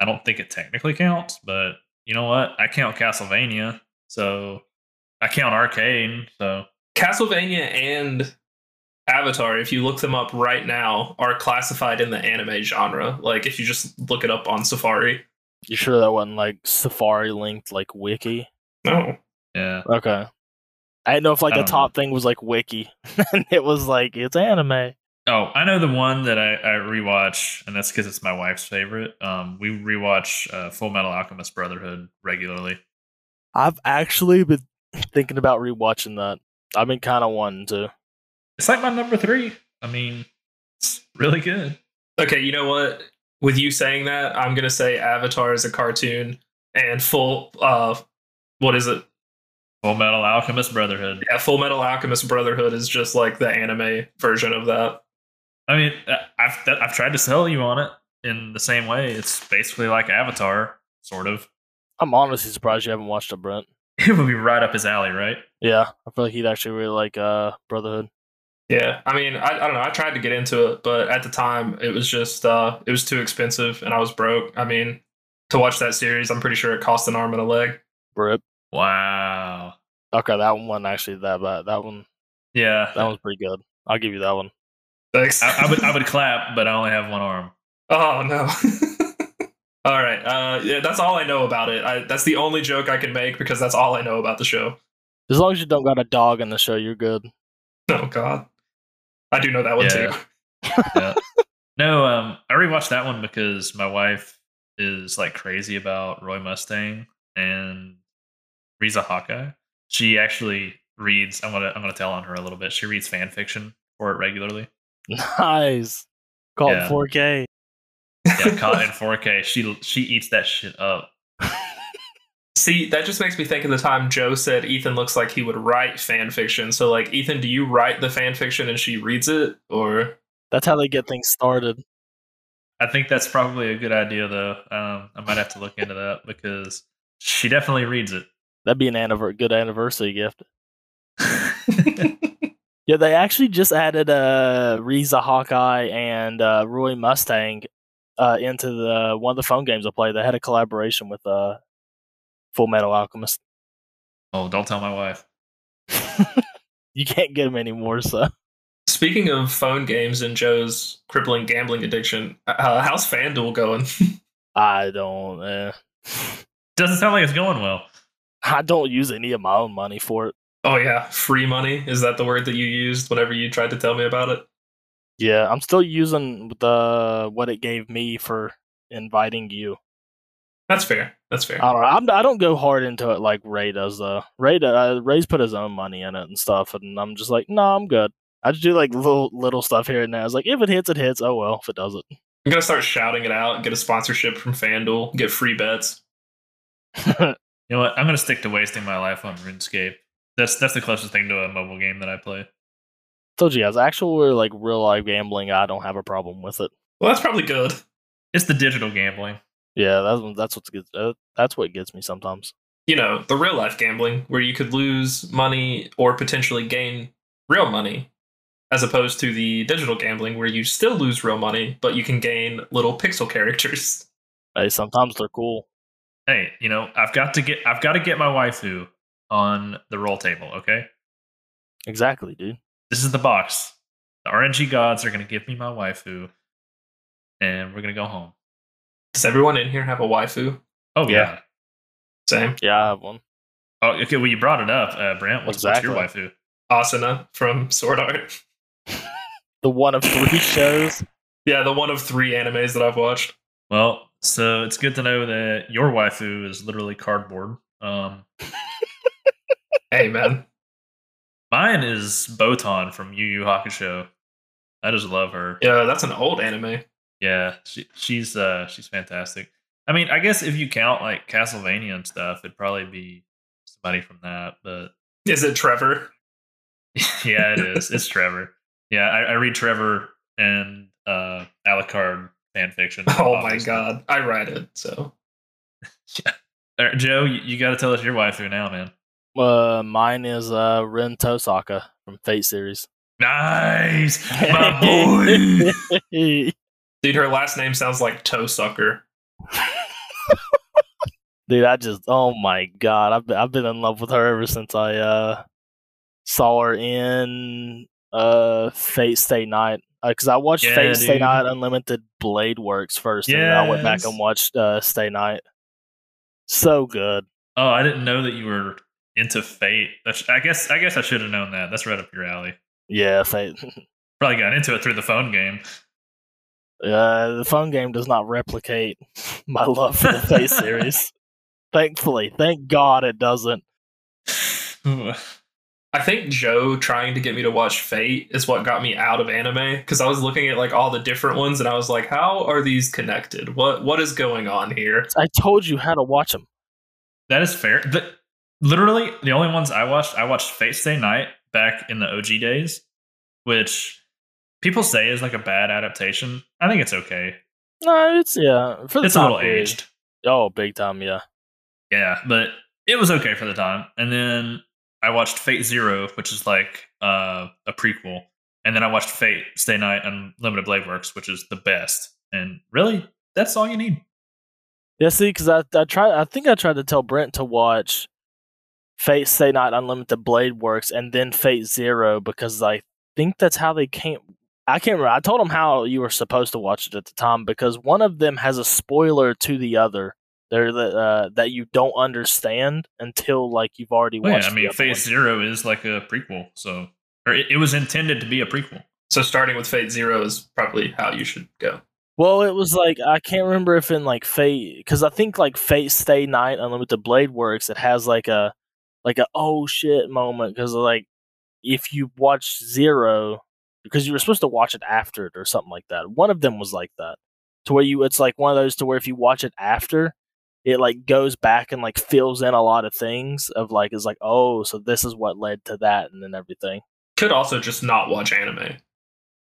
I don't think it technically counts. But you know what? I count Castlevania, so I count Arcane. So
Castlevania and Avatar, if you look them up right now, are classified in the anime genre. Like if you just look it up on Safari.
You sure that wasn't like Safari linked like Wiki?
No.
yeah,
Okay. I didn't know if like
I
the
don't
top thing was like Wiki, and it was like it's anime.
Oh, I know the one that I, I rewatch, and that's because it's my wife's favorite. Um, we rewatch uh, Full Metal Alchemist Brotherhood regularly.
I've actually been thinking about rewatching that. I've been kind of wanting to.
It's like my number three. I mean, it's really good.
Okay, you know what? with you saying that, I'm gonna say Avatar is a cartoon and full uh what is it?
Full Metal Alchemist Brotherhood.
Yeah, Full Metal Alchemist Brotherhood is just like the anime version of that.
I mean, I- I've that, I've tried to sell you on it in the same way. It's basically like Avatar, sort of.
I'm honestly surprised you haven't watched it, Brent.
It would be right up his alley, right?
Yeah, I feel like he'd actually really like uh Brotherhood.
Yeah. I mean, I, I don't know, I tried to get into it, but at the time it was just uh it was too expensive and I was broke. I mean, to watch that series, I'm pretty sure it cost an arm and a leg.
Rip.
Wow.
Okay, that one wasn't actually that bad. That one
Yeah.
that one's pretty good. I'll give you that one.
Thanks.
I, I would I would clap, but I only have one arm.
Oh no. all right. Uh, yeah, that's all I know about it. I, that's the only joke I can make because that's all I know about the show.
As long as you don't got a dog in the show, you're good.
Oh God. I do know that one
Yeah.
too.
yeah. No, um, I rewatched that one because my wife is like crazy about Roy Mustang and Riza Hawkeye. She actually reads. I'm gonna I'm gonna tell on her a little bit. She reads fan fiction for it regularly.
Nice. Call
Yeah.
it 4K.
Yeah, caught in 4K. She she eats that shit up.
See, that just makes me think of the time Joe said Ethan looks like he would write fan fiction. So, like, Ethan, do you write the fan fiction and she reads it, or
That's how they get things started.
I think that's probably a good idea though. Um, I might have to look into that because she definitely reads it.
That'd be an anniver- good anniversary gift. Yeah, they actually just added uh Reza Hawkeye and uh, Roy Mustang uh, into the one of the phone games I played. They had a collaboration with uh, Full Metal Alchemist.
oh, don't tell my wife.
you can't get them anymore, so
speaking of phone games and Joe's crippling gambling addiction, uh, how's FanDuel going?
I don't. Uh,
Doesn't sound like it's going well.
I don't use any of my own money for it.
oh yeah, free money is that the word that you used whenever you tried to tell me about it?
Yeah, I'm still using the what it gave me for inviting you.
That's fair. That's
Uh,
fair.
I don't. Know, I'm, I don't go hard into it like Ray does though. Ray do- uh, Ray's put his own money in it and stuff, and I'm just like, no, I'm good. I just do like little little stuff here and there. I was like, if it hits, it hits. Oh well, if it doesn't,
I'm gonna start shouting it out, get a sponsorship from FanDuel, get free bets.
You know what? I'm gonna stick to wasting my life on RuneScape. That's that's the closest thing to a mobile game that I play.
told you guys. Actual or, like real life gambling, I don't have a problem with it.
Well, that's probably good.
It's the digital gambling.
Yeah, that's that's what gets uh, that's what gets me sometimes.
You know, the real life gambling where you could lose money or potentially gain real money, as opposed to the digital gambling where you still lose real money but you can gain little pixel characters.
Hey, sometimes they're cool.
Hey, you know, I've got to get I've got to get my waifu on the roll table, okay?
Exactly, dude.
This is the box. The RNG gods are gonna give me my waifu and we're gonna go home.
Does everyone in here have a waifu?
Oh yeah.
Same.
Yeah, I have one.
Oh okay, well you brought it up, uh Brant. What's, what's your waifu?
Asuna from Sword Art.
The one of three shows.
Yeah, the one of three animes that I've watched.
Well, so it's good to know that your waifu is literally cardboard. Um
Hey man.
mine is Botan from Yu Yu Hakusho. I just love her.
Yeah, that's an old anime.
Yeah, she, she's uh she's fantastic. I mean, I guess if you count like Castlevania and stuff, it'd probably be somebody from that. But
Is it Trevor?
yeah, it is. It's Trevor. Yeah, I, I read Trevor and uh Alucard fan fiction.
Oh
obviously.
my god. I write it, so
All right, Joe, you, you got to tell us your waifu now, man.
Uh, mine is uh Ren Tosaka from Fate series.
Nice, my boy.
Dude,
Dude, her last name sounds like toe sucker.
I just oh my god, I've been, I've been in love with her ever since I uh saw her in uh Fate Stay Night because I watched
Yeah,
Fate Stay
dude.
Night Unlimited Blade Works first, and then I went back
Yes.
and watched uh Stay Night. So good.
oh, I didn't know that you were into Fate. That's- I guess I guess I should have known that. That's right up your alley.
Yeah, Fate.
Probably got into it through the phone game.
Uh, the phone game does not replicate my love for the Fate series. Thankfully, thank God it doesn't.
Ooh.
I think Joe trying to get me to watch Fate is what got me out of anime because I was looking at like all the different ones and I was like, how are these connected? What what is going on here?
I told you how to watch them.
That is fair. The, literally, the only ones I watched, I watched Fate Stay Night back in the OG days, which people say is like a bad adaptation. I think it's okay.
No, it's yeah. For the
It's a
time
little
period.
aged.
Oh, big time, yeah.
Yeah, but it was okay for the time. And then I watched Fate Zero, which is like uh, a prequel. And then I watched Fate Stay Night and Limited Blade Works, which is the best. And really, that's all you need.
Yeah, see, because I I tried. I think I tried to tell Brent to watch Fate Stay Night Unlimited Blade Works and then Fate Zero because I think that's how they came. I can't remember. I told him how you were supposed to watch it at the time because one of them has a spoiler to the other. There that uh, that you don't understand until like you've already
Well, yeah,
watched.
I
the
mean,
other
Fate
one.
Zero is like a prequel, so or it, it was intended to be a prequel.
So starting with Fate Zero is probably how you should go.
Well, it was like I can't remember if in like Fate because I think like Fate Stay Night Unlimited Blade Works it has like a like a oh shit moment because like if you watch Zero because you were supposed to watch it after it or something like that. One of them was like that to where you it's like one of those to where if you watch it after it like goes back and like fills in a lot of things of like it's like oh so this is what led to that and then everything.
Could also just not watch anime.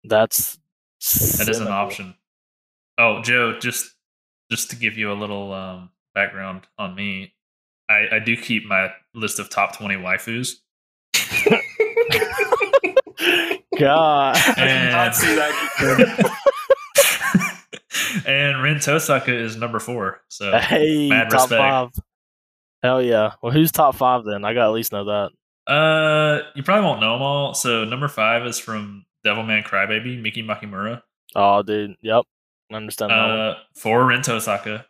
That's
That is an
cynical.
option. Oh, Joe, just just to give you a little um, background on me, I, I do keep my list of top twenty waifus.
God.
I did not see that.
and Rin Tosaka is number four. So
Hey,
Mad
top
respect.
five. Hell yeah. Well, who's top five then? I got to at least know that.
uh you probably won't know them all. So number five is from Devilman Crybaby, Miki Makimura.
Oh, dude. Yep. I understand that one.
Uh four Rin Tosaka.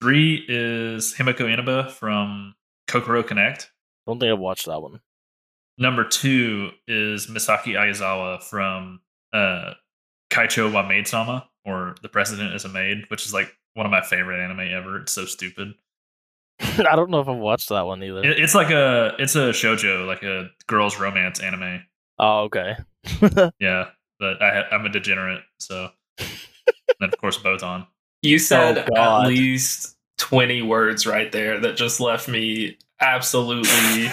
Three is Himiko Inaba from Kokoro Connect.
Don't think I've watched that one.
Number two is Misaki Ayazawa from uh Kaicho wa Maid Sama or The President is a Maid, which is like one of my favorite anime ever. It's so stupid.
I don't know if I've watched that one either.
It- it's like a it's a shojo, like a girls romance anime.
oh, okay.
Yeah, but I ha- I'm a degenerate, so and of course Botan.
You said
God.
at least twenty words right there that just left me absolutely.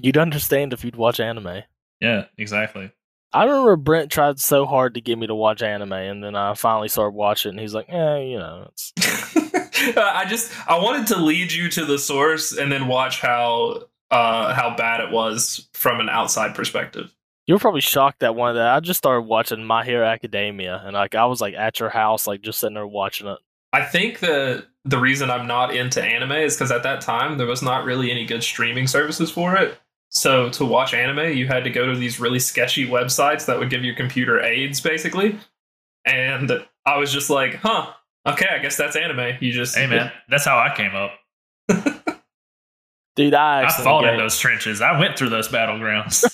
You'd understand if you'd watch anime.
Yeah, exactly.
I remember Brent tried so hard to get me to watch anime, and then I finally started watching, and he's like, eh, you know, it's.
I just I wanted to lead you to the source and then watch how uh how bad it was from an outside perspective.
You were probably shocked that one that I just started watching My Hero Academia, and like I was like at your house, like just sitting there watching it.
I think that the reason I'm not into anime is because at that time there was not really any good streaming services for it. So to watch anime, you had to go to these really sketchy websites that would give your computer aids, basically. And I was just like, huh, okay, I guess that's anime. You just
Hey man, that's how I came up.
Dude, I
I
accidentally
fought
gave-
in those trenches. I went through those battlegrounds.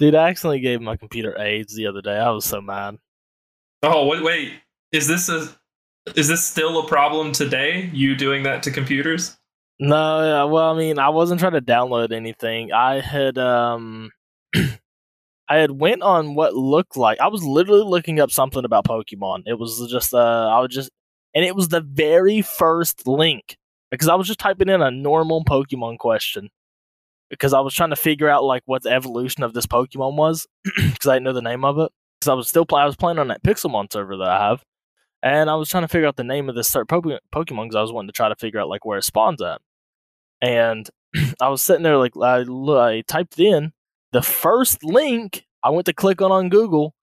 Dude, I accidentally gave my computer AIDS the other day. I was so mad.
Oh wait, wait, is this a is this still a problem today? You doing that to computers?
No, yeah, well, I mean, I wasn't trying to download anything. I had um I had went on what looked like I was literally looking up something about Pokemon. It was just uh I was just and it was the very first link because I was just typing in a normal Pokemon question because I was trying to figure out like what the evolution of this Pokemon was because I didn't know the name of it because I was still playing I was playing on that Pixelmon server that I have and I was trying to figure out the name of this certain Pokemon because I was wanting to try to figure out like where it spawns at and I was sitting there like I, l- I typed in the first link I went to click on on Google.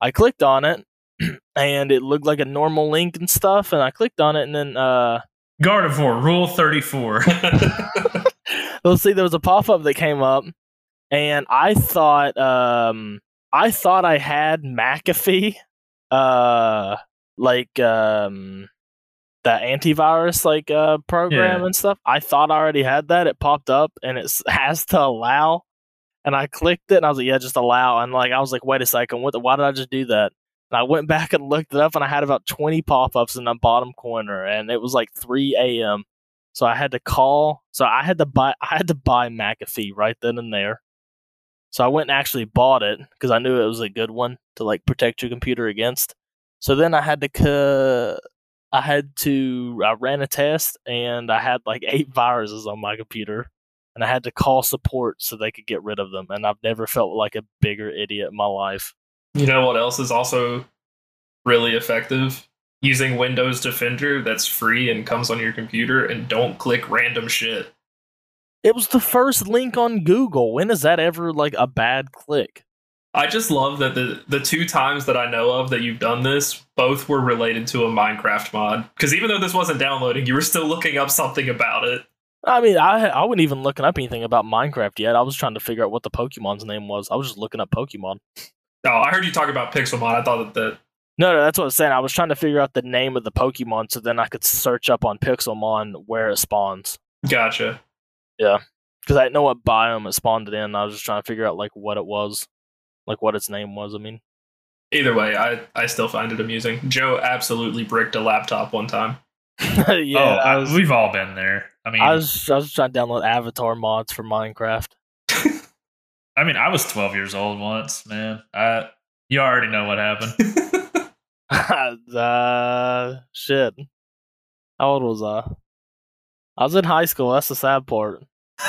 I clicked on it and it looked like a normal link and stuff and I clicked on it and then uh
Gardevoir Rule Thirty Four.
let's see there was a pop-up that came up and I thought um I thought I had McAfee uh like um the antivirus like uh program
Yeah.
and stuff. I thought I already had that. It popped up and it s- has to allow and I clicked it and I was like yeah just allow and like I was like wait a second what the, why did I just do that? And I went back and looked it up and I had about 20 pop-ups in the bottom corner and it was like 3 a.m. So I had to call. So I had to buy. I had to buy McAfee right then and there. So I went and actually bought it because I knew it was a good one to like protect your computer against. So then I had to. Co- I had to. I ran a test and I had like eight viruses on my computer, and I had to call support so they could get rid of them. And I've never felt like a bigger idiot in my life.
You know what else is also really effective? Using Windows Defender that's free and comes on your computer and don't click random shit.
It was the first link on Google. When is that ever like a bad click?
I just love that the the two times that I know of that you've done this, both were related to a Minecraft mod. Because even though this wasn't downloading, you were still looking up something about it.
I mean, I I wasn't even looking up anything about Minecraft yet. I was trying to figure out what the Pokemon's name was. I was just looking up Pokemon.
No, Oh, I heard you talk about Pixelmon. I thought that, that
No, no, that's what I was saying. I was trying to figure out the name of the Pokemon so then I could search up on Pixelmon where it spawns.
gotcha.
Because I didn't know what biome it spawned it in. I was just trying to figure out like what it was, like what its name was. I mean,
Either way, I, I still find it amusing. Joe absolutely bricked a laptop one time.
yeah.
oh,
I,
I-
was,
we've all been there. I mean,
I was I was trying to download avatar mods for Minecraft.
I mean, I was 12 years old once, man. I you already know what happened.
uh, shit. How old was I? I was in high school. That's the sad part.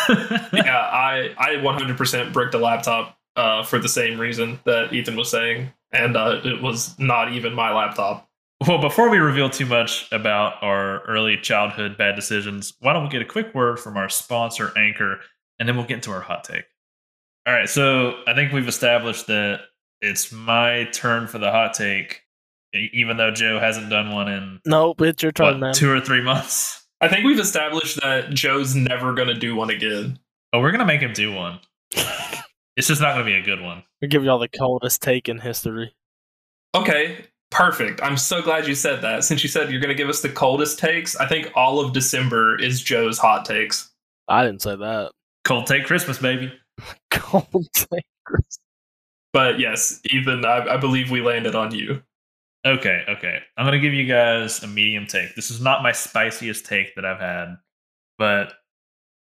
yeah, I, I 100% bricked a laptop uh, for the same reason that Ethan was saying. And uh, it was not even my laptop.
well, before we reveal too much about our early childhood bad decisions, why don't we get a quick word from our sponsor, Anchor, and then we'll get into our hot take. All right, so I think we've established that it's my turn for the hot take, e- even though Joe hasn't done one in
Nope, it's your turn,
what,
man.
two or three months.
I think we've established that Joe's never going to do one again.
Oh, we're gonna make him do one. it's just not gonna be a good one.
We give y'all the coldest take in history.
Okay, perfect. I'm so glad you said that. Since you said you're going to give us the coldest takes, I think all of December is Joe's hot takes.
I didn't say that.
Cold take Christmas, baby.
Cold take.
But yes, Ethan, I, I believe we landed on you.
Okay, okay. I'm gonna give you guys a medium take. This is not my spiciest take that I've had, but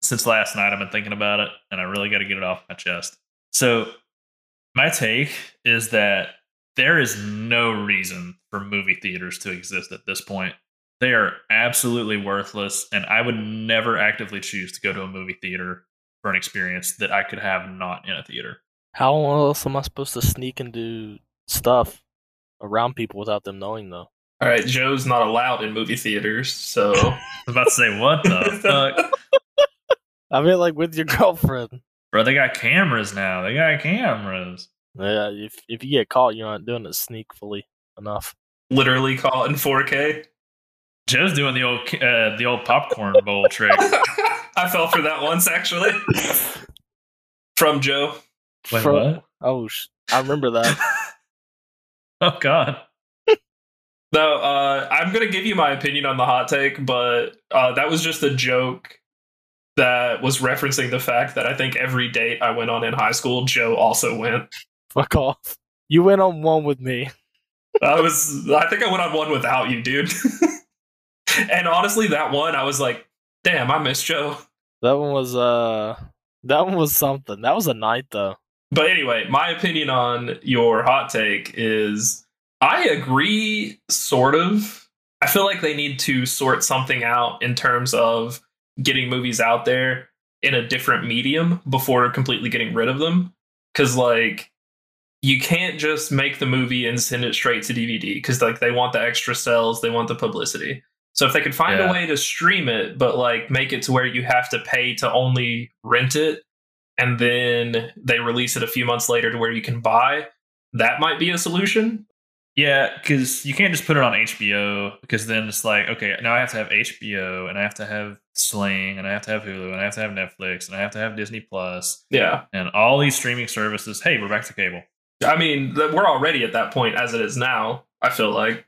since last night I've been thinking about it and I really gotta get it off my chest. So my take is that there is no reason for movie theaters to exist at this point. They are absolutely worthless, and I would never actively choose to go to a movie theater for an experience that I could have not in a theater.
How else am I supposed to sneak and do stuff around people without them knowing, though?
All right, Joe's not allowed in movie theaters, so uh,
I was about to say, what the fuck?
I mean, like with your girlfriend.
Bro, they got cameras now. They got cameras.
Yeah, if if you get caught, you're not doing it sneakfully enough.
literally call it in 4K.
Joe's doing the old uh, the old popcorn bowl trick.
I fell for that once actually. From Joe.
Wait,
Fro-
what?
Oh, sh- I remember that.
Oh God!
No, uh, I'm gonna give you my opinion on the hot take, but uh, that was just a joke that was referencing the fact that I think every date I went on in high school, Joe also went.
Fuck off. You went on one with me.
I was, I think I went on one without you, dude. and honestly, that one, I was like, damn, I miss Joe.
That one was uh that one was something. That was a night though.
But anyway, my opinion on your hot take is I agree, sort of. I feel like they need to sort something out in terms of getting movies out there in a different medium before completely getting rid of them. Cause like you can't just make the movie and send it straight to DVD because like they want the extra sales, they want the publicity. So if they could find
Yeah.
a way to stream it, but like make it to where you have to pay to only rent it, and then they release it a few months later to where you can buy, that might be a solution.
Yeah, because you can't just put it on HBO because then it's like, okay, now I have to have HBO and I have to have Sling and I have to have Hulu and I have to have Netflix and I have to have Disney Plus
Yeah,
and all these streaming services. Hey, we're back to cable.
I mean th- we're already at that point as it is now. I feel like.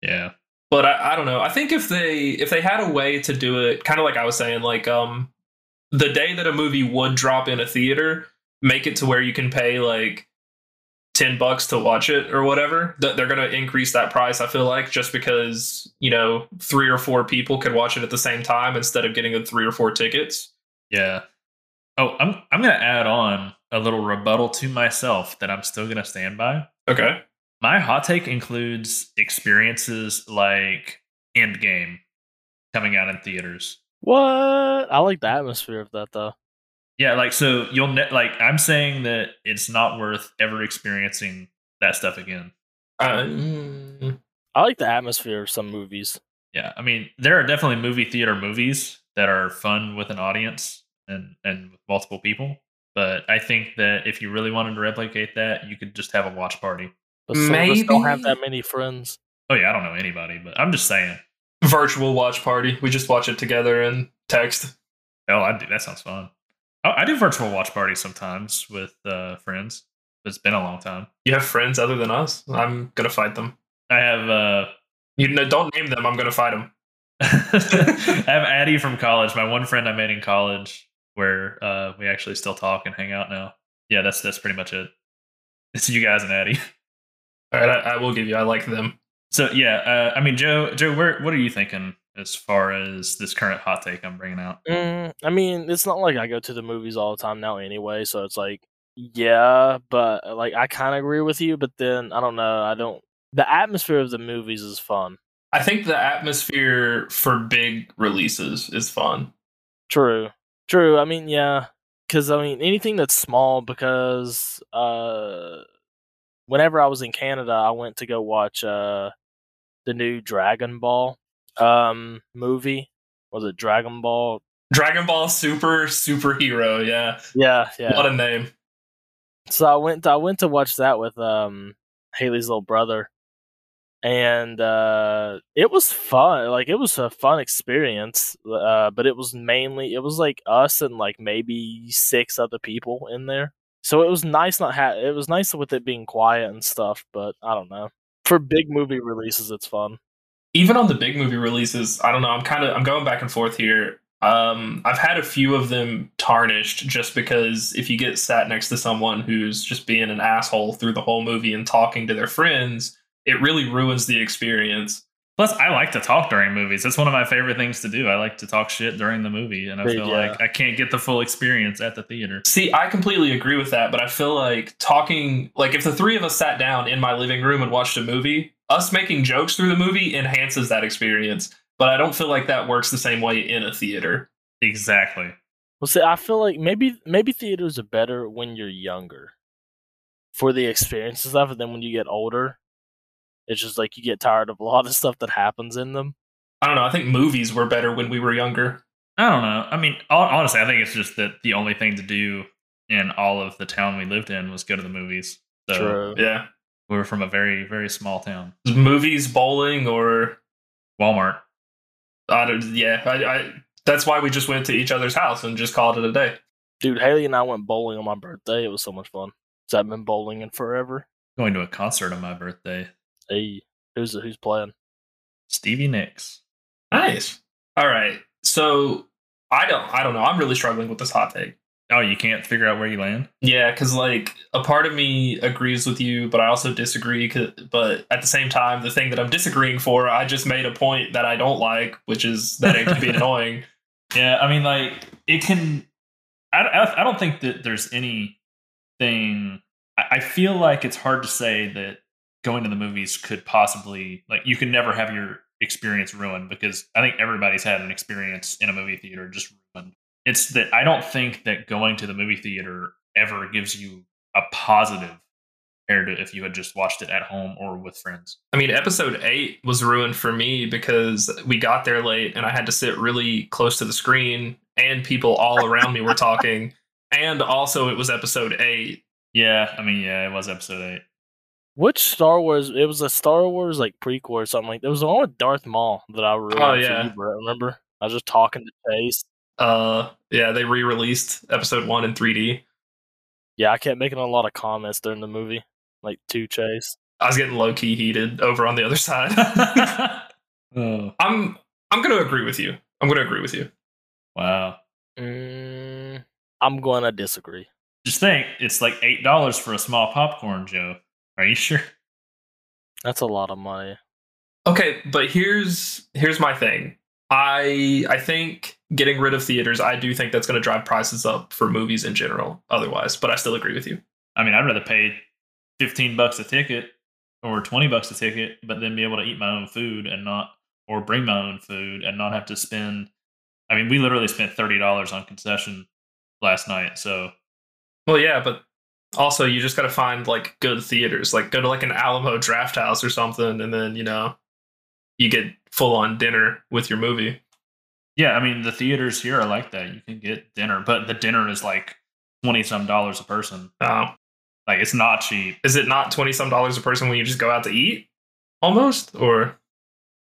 Yeah,
but I, I don't know. I think if they if they had a way to do it, kind of like I was saying, like um, the day that a movie would drop in a theater, make it to where you can pay like 10 bucks to watch it or whatever th- they're going to increase that price i feel like just because you know three or four people could watch it at the same time instead of getting the three or four tickets
Yeah. Oh, I'm I'm gonna add on a little rebuttal to myself that I'm still gonna stand by.
okay
My hot take includes experiences like Endgame coming out in theaters.
What? I like the atmosphere of that though.
Yeah, like so you'll ne- like I'm saying that it's not worth ever experiencing that stuff again.
uh, mm,
I like the atmosphere of some movies.
Yeah, I mean there are definitely movie theater movies that are fun with an audience and and with multiple people, but I think that if you really wanted to replicate that, you could just have a watch party.
But some of us don't have
Maybe.
that many friends.
Oh yeah, I don't know anybody, but I'm just saying.
virtual watch party we just watch it together and text
Oh, I do. That sounds fun. I, I do virtual watch parties sometimes with uh, friends. but It's been a long time.
you have friends other than us i'm going to fight them
I have uh,
you know don't name them i'm going to fight them
I have Addie from college. My one friend I made in college, where uh, we actually still talk and hang out now. Yeah, that's that's pretty much it. It's you guys and Addie.
all right I, I will give you i like them
So yeah, uh, I mean Joe, Joe, where, what are you thinking as far as this current hot take I'm bringing out?
Mm, I mean, it's not like I go to the movies all the time now anyway, so it's like, yeah, but uh, like I kind of agree with you, but then I don't know. I don't. The atmosphere of the movies is fun.
i think the atmosphere for big releases is fun
True. True. I mean, yeah, because I mean anything that's small. Because uh, whenever I was in Canada, I went to go watch uh the new Dragon Ball um movie. Was it Dragon Ball?
dragon ball super superhero yeah
Yeah, yeah.
What a name.
so I went I went to watch that with um Haley's little brother. And uh it was fun. Like it was a fun experience. Uh but it was mainly it was like us and like maybe six other people in there. So it was nice not ha- it was nice with it being quiet and stuff, but I don't know. For big movie releases it's fun.
Even on the big movie releases, I don't know, I'm kind of I'm going back and forth here. Um, I've had a few of them tarnished just because if you get sat next to someone who's just being an asshole through the whole movie and talking to their friends, it really ruins the experience.
Plus, I like to talk during movies. That's one of my favorite things to do. I like to talk shit during the movie, and I
Dude,
feel
yeah.
like I can't get the full experience at the theater.
See, I completely agree with that, but I feel like talking like if the three of us sat down in my living room and watched a movie, us making jokes through the movie enhances that experience. But I don't feel like that works the same way in a theater.
Exactly.
Well, see, I feel like maybe maybe theaters are better when you're younger for the experience and stuff, and then when you get older, it's just like you get tired of a lot of stuff that happens in them.
I don't know. I think movies were better when we were younger.
I don't know. I mean, hon- honestly, I think it's just that the only thing to do in all of the town we lived in was go to the movies.
Uh-huh.
So
Yeah.
we were from a very, very small town.
Movies, bowling, or
Walmart.
I don't, yeah. I, I, that's why we just went to each other's house and just called it a day.
Dude, Haley and I went bowling on my birthday. It was so much fun. So I've been bowling in forever.
Going to a concert on my birthday.
Hey, who's who's playing?
Stevie Nicks.
Nice. All right. So I don't, I don't know. I'm really struggling with this hot take.
Oh, you can't figure out where you land?
Yeah, because like a part of me agrees with you, but I also disagree. 'cause- But at the same time, the thing that I'm disagreeing for, I just made a point that I don't like, which is that it can be annoying.
Yeah, I mean, like it can. I I, I don't think that there's anything. I, I feel like it's hard to say that going to the movies could possibly like you can never have your experience ruined because I think everybody's had an experience in a movie theater just ruined. It's that I don't think that going to the movie theater ever gives you a positive compared to if you had just watched it at home or with friends.
I mean, episode eight was ruined for me because we got there late and I had to sit really close to the screen, and people all around me were talking. And also, it was episode eight.
Yeah, I mean, yeah, it was episode eight.
Which Star Wars? It was a Star Wars like prequel or something like. There was the one with Darth Maul that I really
Oh, yeah.
remember. I was just talking to Chase.
Uh, yeah, they re released episode one in 3D.
Yeah, I kept making a lot of comments during the movie, like to Chase.
I was getting low key heated over on the other side.
oh
I'm I'm gonna agree with you. I'm gonna agree with you.
wow.
Mm, I'm going to disagree.
Just think, it's like eight dollars for a small popcorn, Joe. Are you sure?
That's a lot of money.
Okay, but here's here's my thing. I I think getting rid of theaters, I do think that's going to drive prices up for movies in general. Otherwise, but I still agree with you.
I mean, I'd rather pay fifteen bucks a ticket or twenty bucks a ticket, but then be able to eat my own food and not or bring my own food and not have to spend. I mean, we literally spent thirty dollars on concession last night, so
Well, yeah, but also you just got to find like good theaters. Like go to like an Alamo Draft House or something, and then you know you get full on dinner with your movie.
Yeah, I mean the theaters here are like that. You can get dinner, but the dinner is like twenty some dollars a person.
Uh,
Like it's not cheap.
is it not twenty some dollars a person when you just go out to eat? Almost, or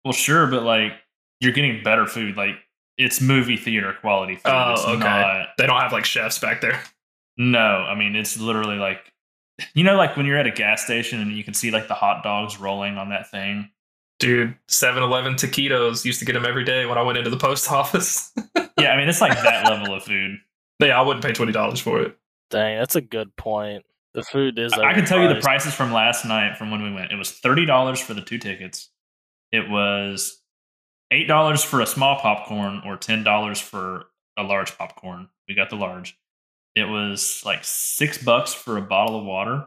Well, sure, but like you're getting better food. Like it's movie theater quality food.
Oh,
It's
okay.
not-
they don't have like chefs back there.
no, I mean it's literally like you know, like when you're at a gas station and you can see like the hot dogs rolling on that thing.
Dude, 7 Eleven taquitos used to get them every day when I went into the post office.
Yeah, I mean it's like that level of food.
yeah, I wouldn't pay $20 for it.
Dang, that's a good point. The food is.
I can tell you the
overpriced.
prices from last night from when we went. It was thirty dollars for the two tickets. It was eight dollars for a small popcorn or ten dollars for a large popcorn. We got the large. It was like six bucks for a bottle of water,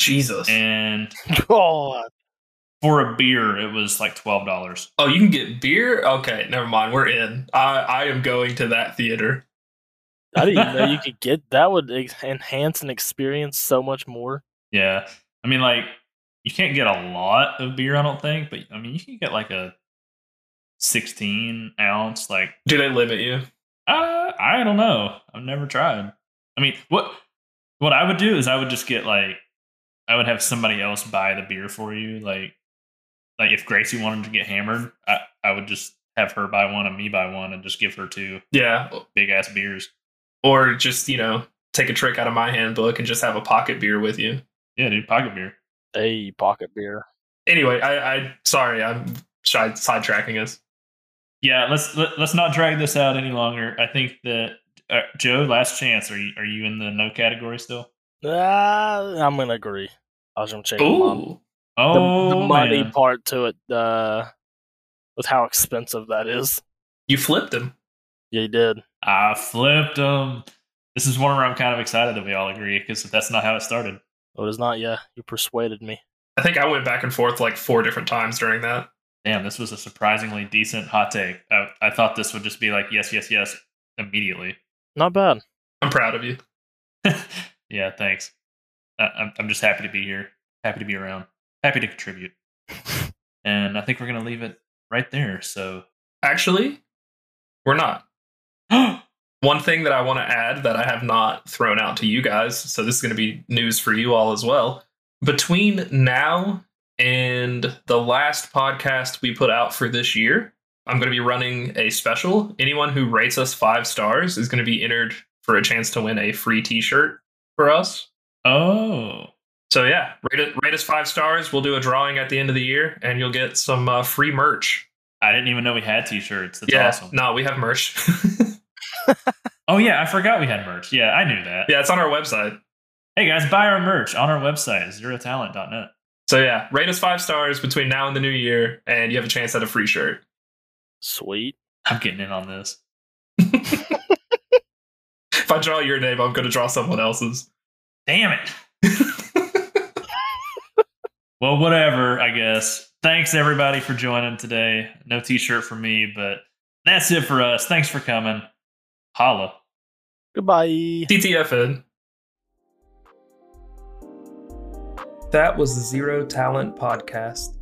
Jesus.
and
God.
for a beer, it was like twelve dollars.
oh, you can get beer? Okay, never mind. We're in. I, I am going to that theater.
I didn't even know you could get that. Would ex- enhance an experience so much more.
Yeah, I mean, like you can't get a lot of beer, I don't think, but I mean, you can get like a sixteen ounce, like
Do they limit you?
Uh, I don't know. I've never tried. I mean, what what I would do is I would just get like I would have somebody else buy the beer for you. Like like if Gracie wanted to get hammered, I I would just have her buy one and me buy one and just give her two
Yeah.
big ass beers.
Or just, you know, take a trick out of my handbook and just have a pocket beer with you.
Yeah, dude, pocket beer.
Hey, pocket beer.
Anyway, I, I sorry, I'm shy, sidetracking us.
Yeah, let's let, let's not drag this out any longer. I think that uh, Joe, last chance. Are you are you in the no category still?
Uh, I'm gonna agree. I was gonna check my mom.
Ooh.
The,
Oh,
the money
man.
part to it, uh, with how expensive that is.
You flipped him.
Yeah, you did.
I flipped them. This is one where I'm kind of excited that we all agree because that's not how it started.
Oh, it is not. Yeah, you persuaded me.
I think I went back and forth like four different times during that.
Damn, this was a surprisingly decent hot take. I, I thought this would just be like yes, yes, yes immediately.
Not bad.
I'm proud of you.
yeah, thanks. I, I'm I'm just happy to be here, happy to be around, happy to contribute, and I think we're gonna leave it right there. So,
Actually, we're not.
oh
One thing that I want to add that I have not thrown out to you guys, so this is going to be news for you all as well. Between now and the last podcast we put out for this year, I'm going to be running a special. Anyone who rates us five stars is going to be entered for a chance to win a free t shirt for us.
Oh!
So, yeah, rate, it, rate us five stars. We'll do a drawing at the end of the year, and you'll get some uh, free merch.
I didn't even know we had t-shirts. That's
yeah,
awesome.
no, we have merch.
Oh yeah, I forgot we had merch. Yeah, I knew that.
yeah, it's on our website.
Hey guys, buy our merch on our website, zerotalent.net.
So yeah, rate us five stars between now and the new year, and you have a chance at a free shirt.
Sweet.
I'm getting in on this.
If I draw your name, I'm going to draw someone else's.
Damn it. Well, whatever, I guess. Thanks everybody for joining today. No t-shirt for me, but that's it for us. Thanks for coming. Holla.
Goodbye.
TTFN.
That was the Zero Talent Podcast.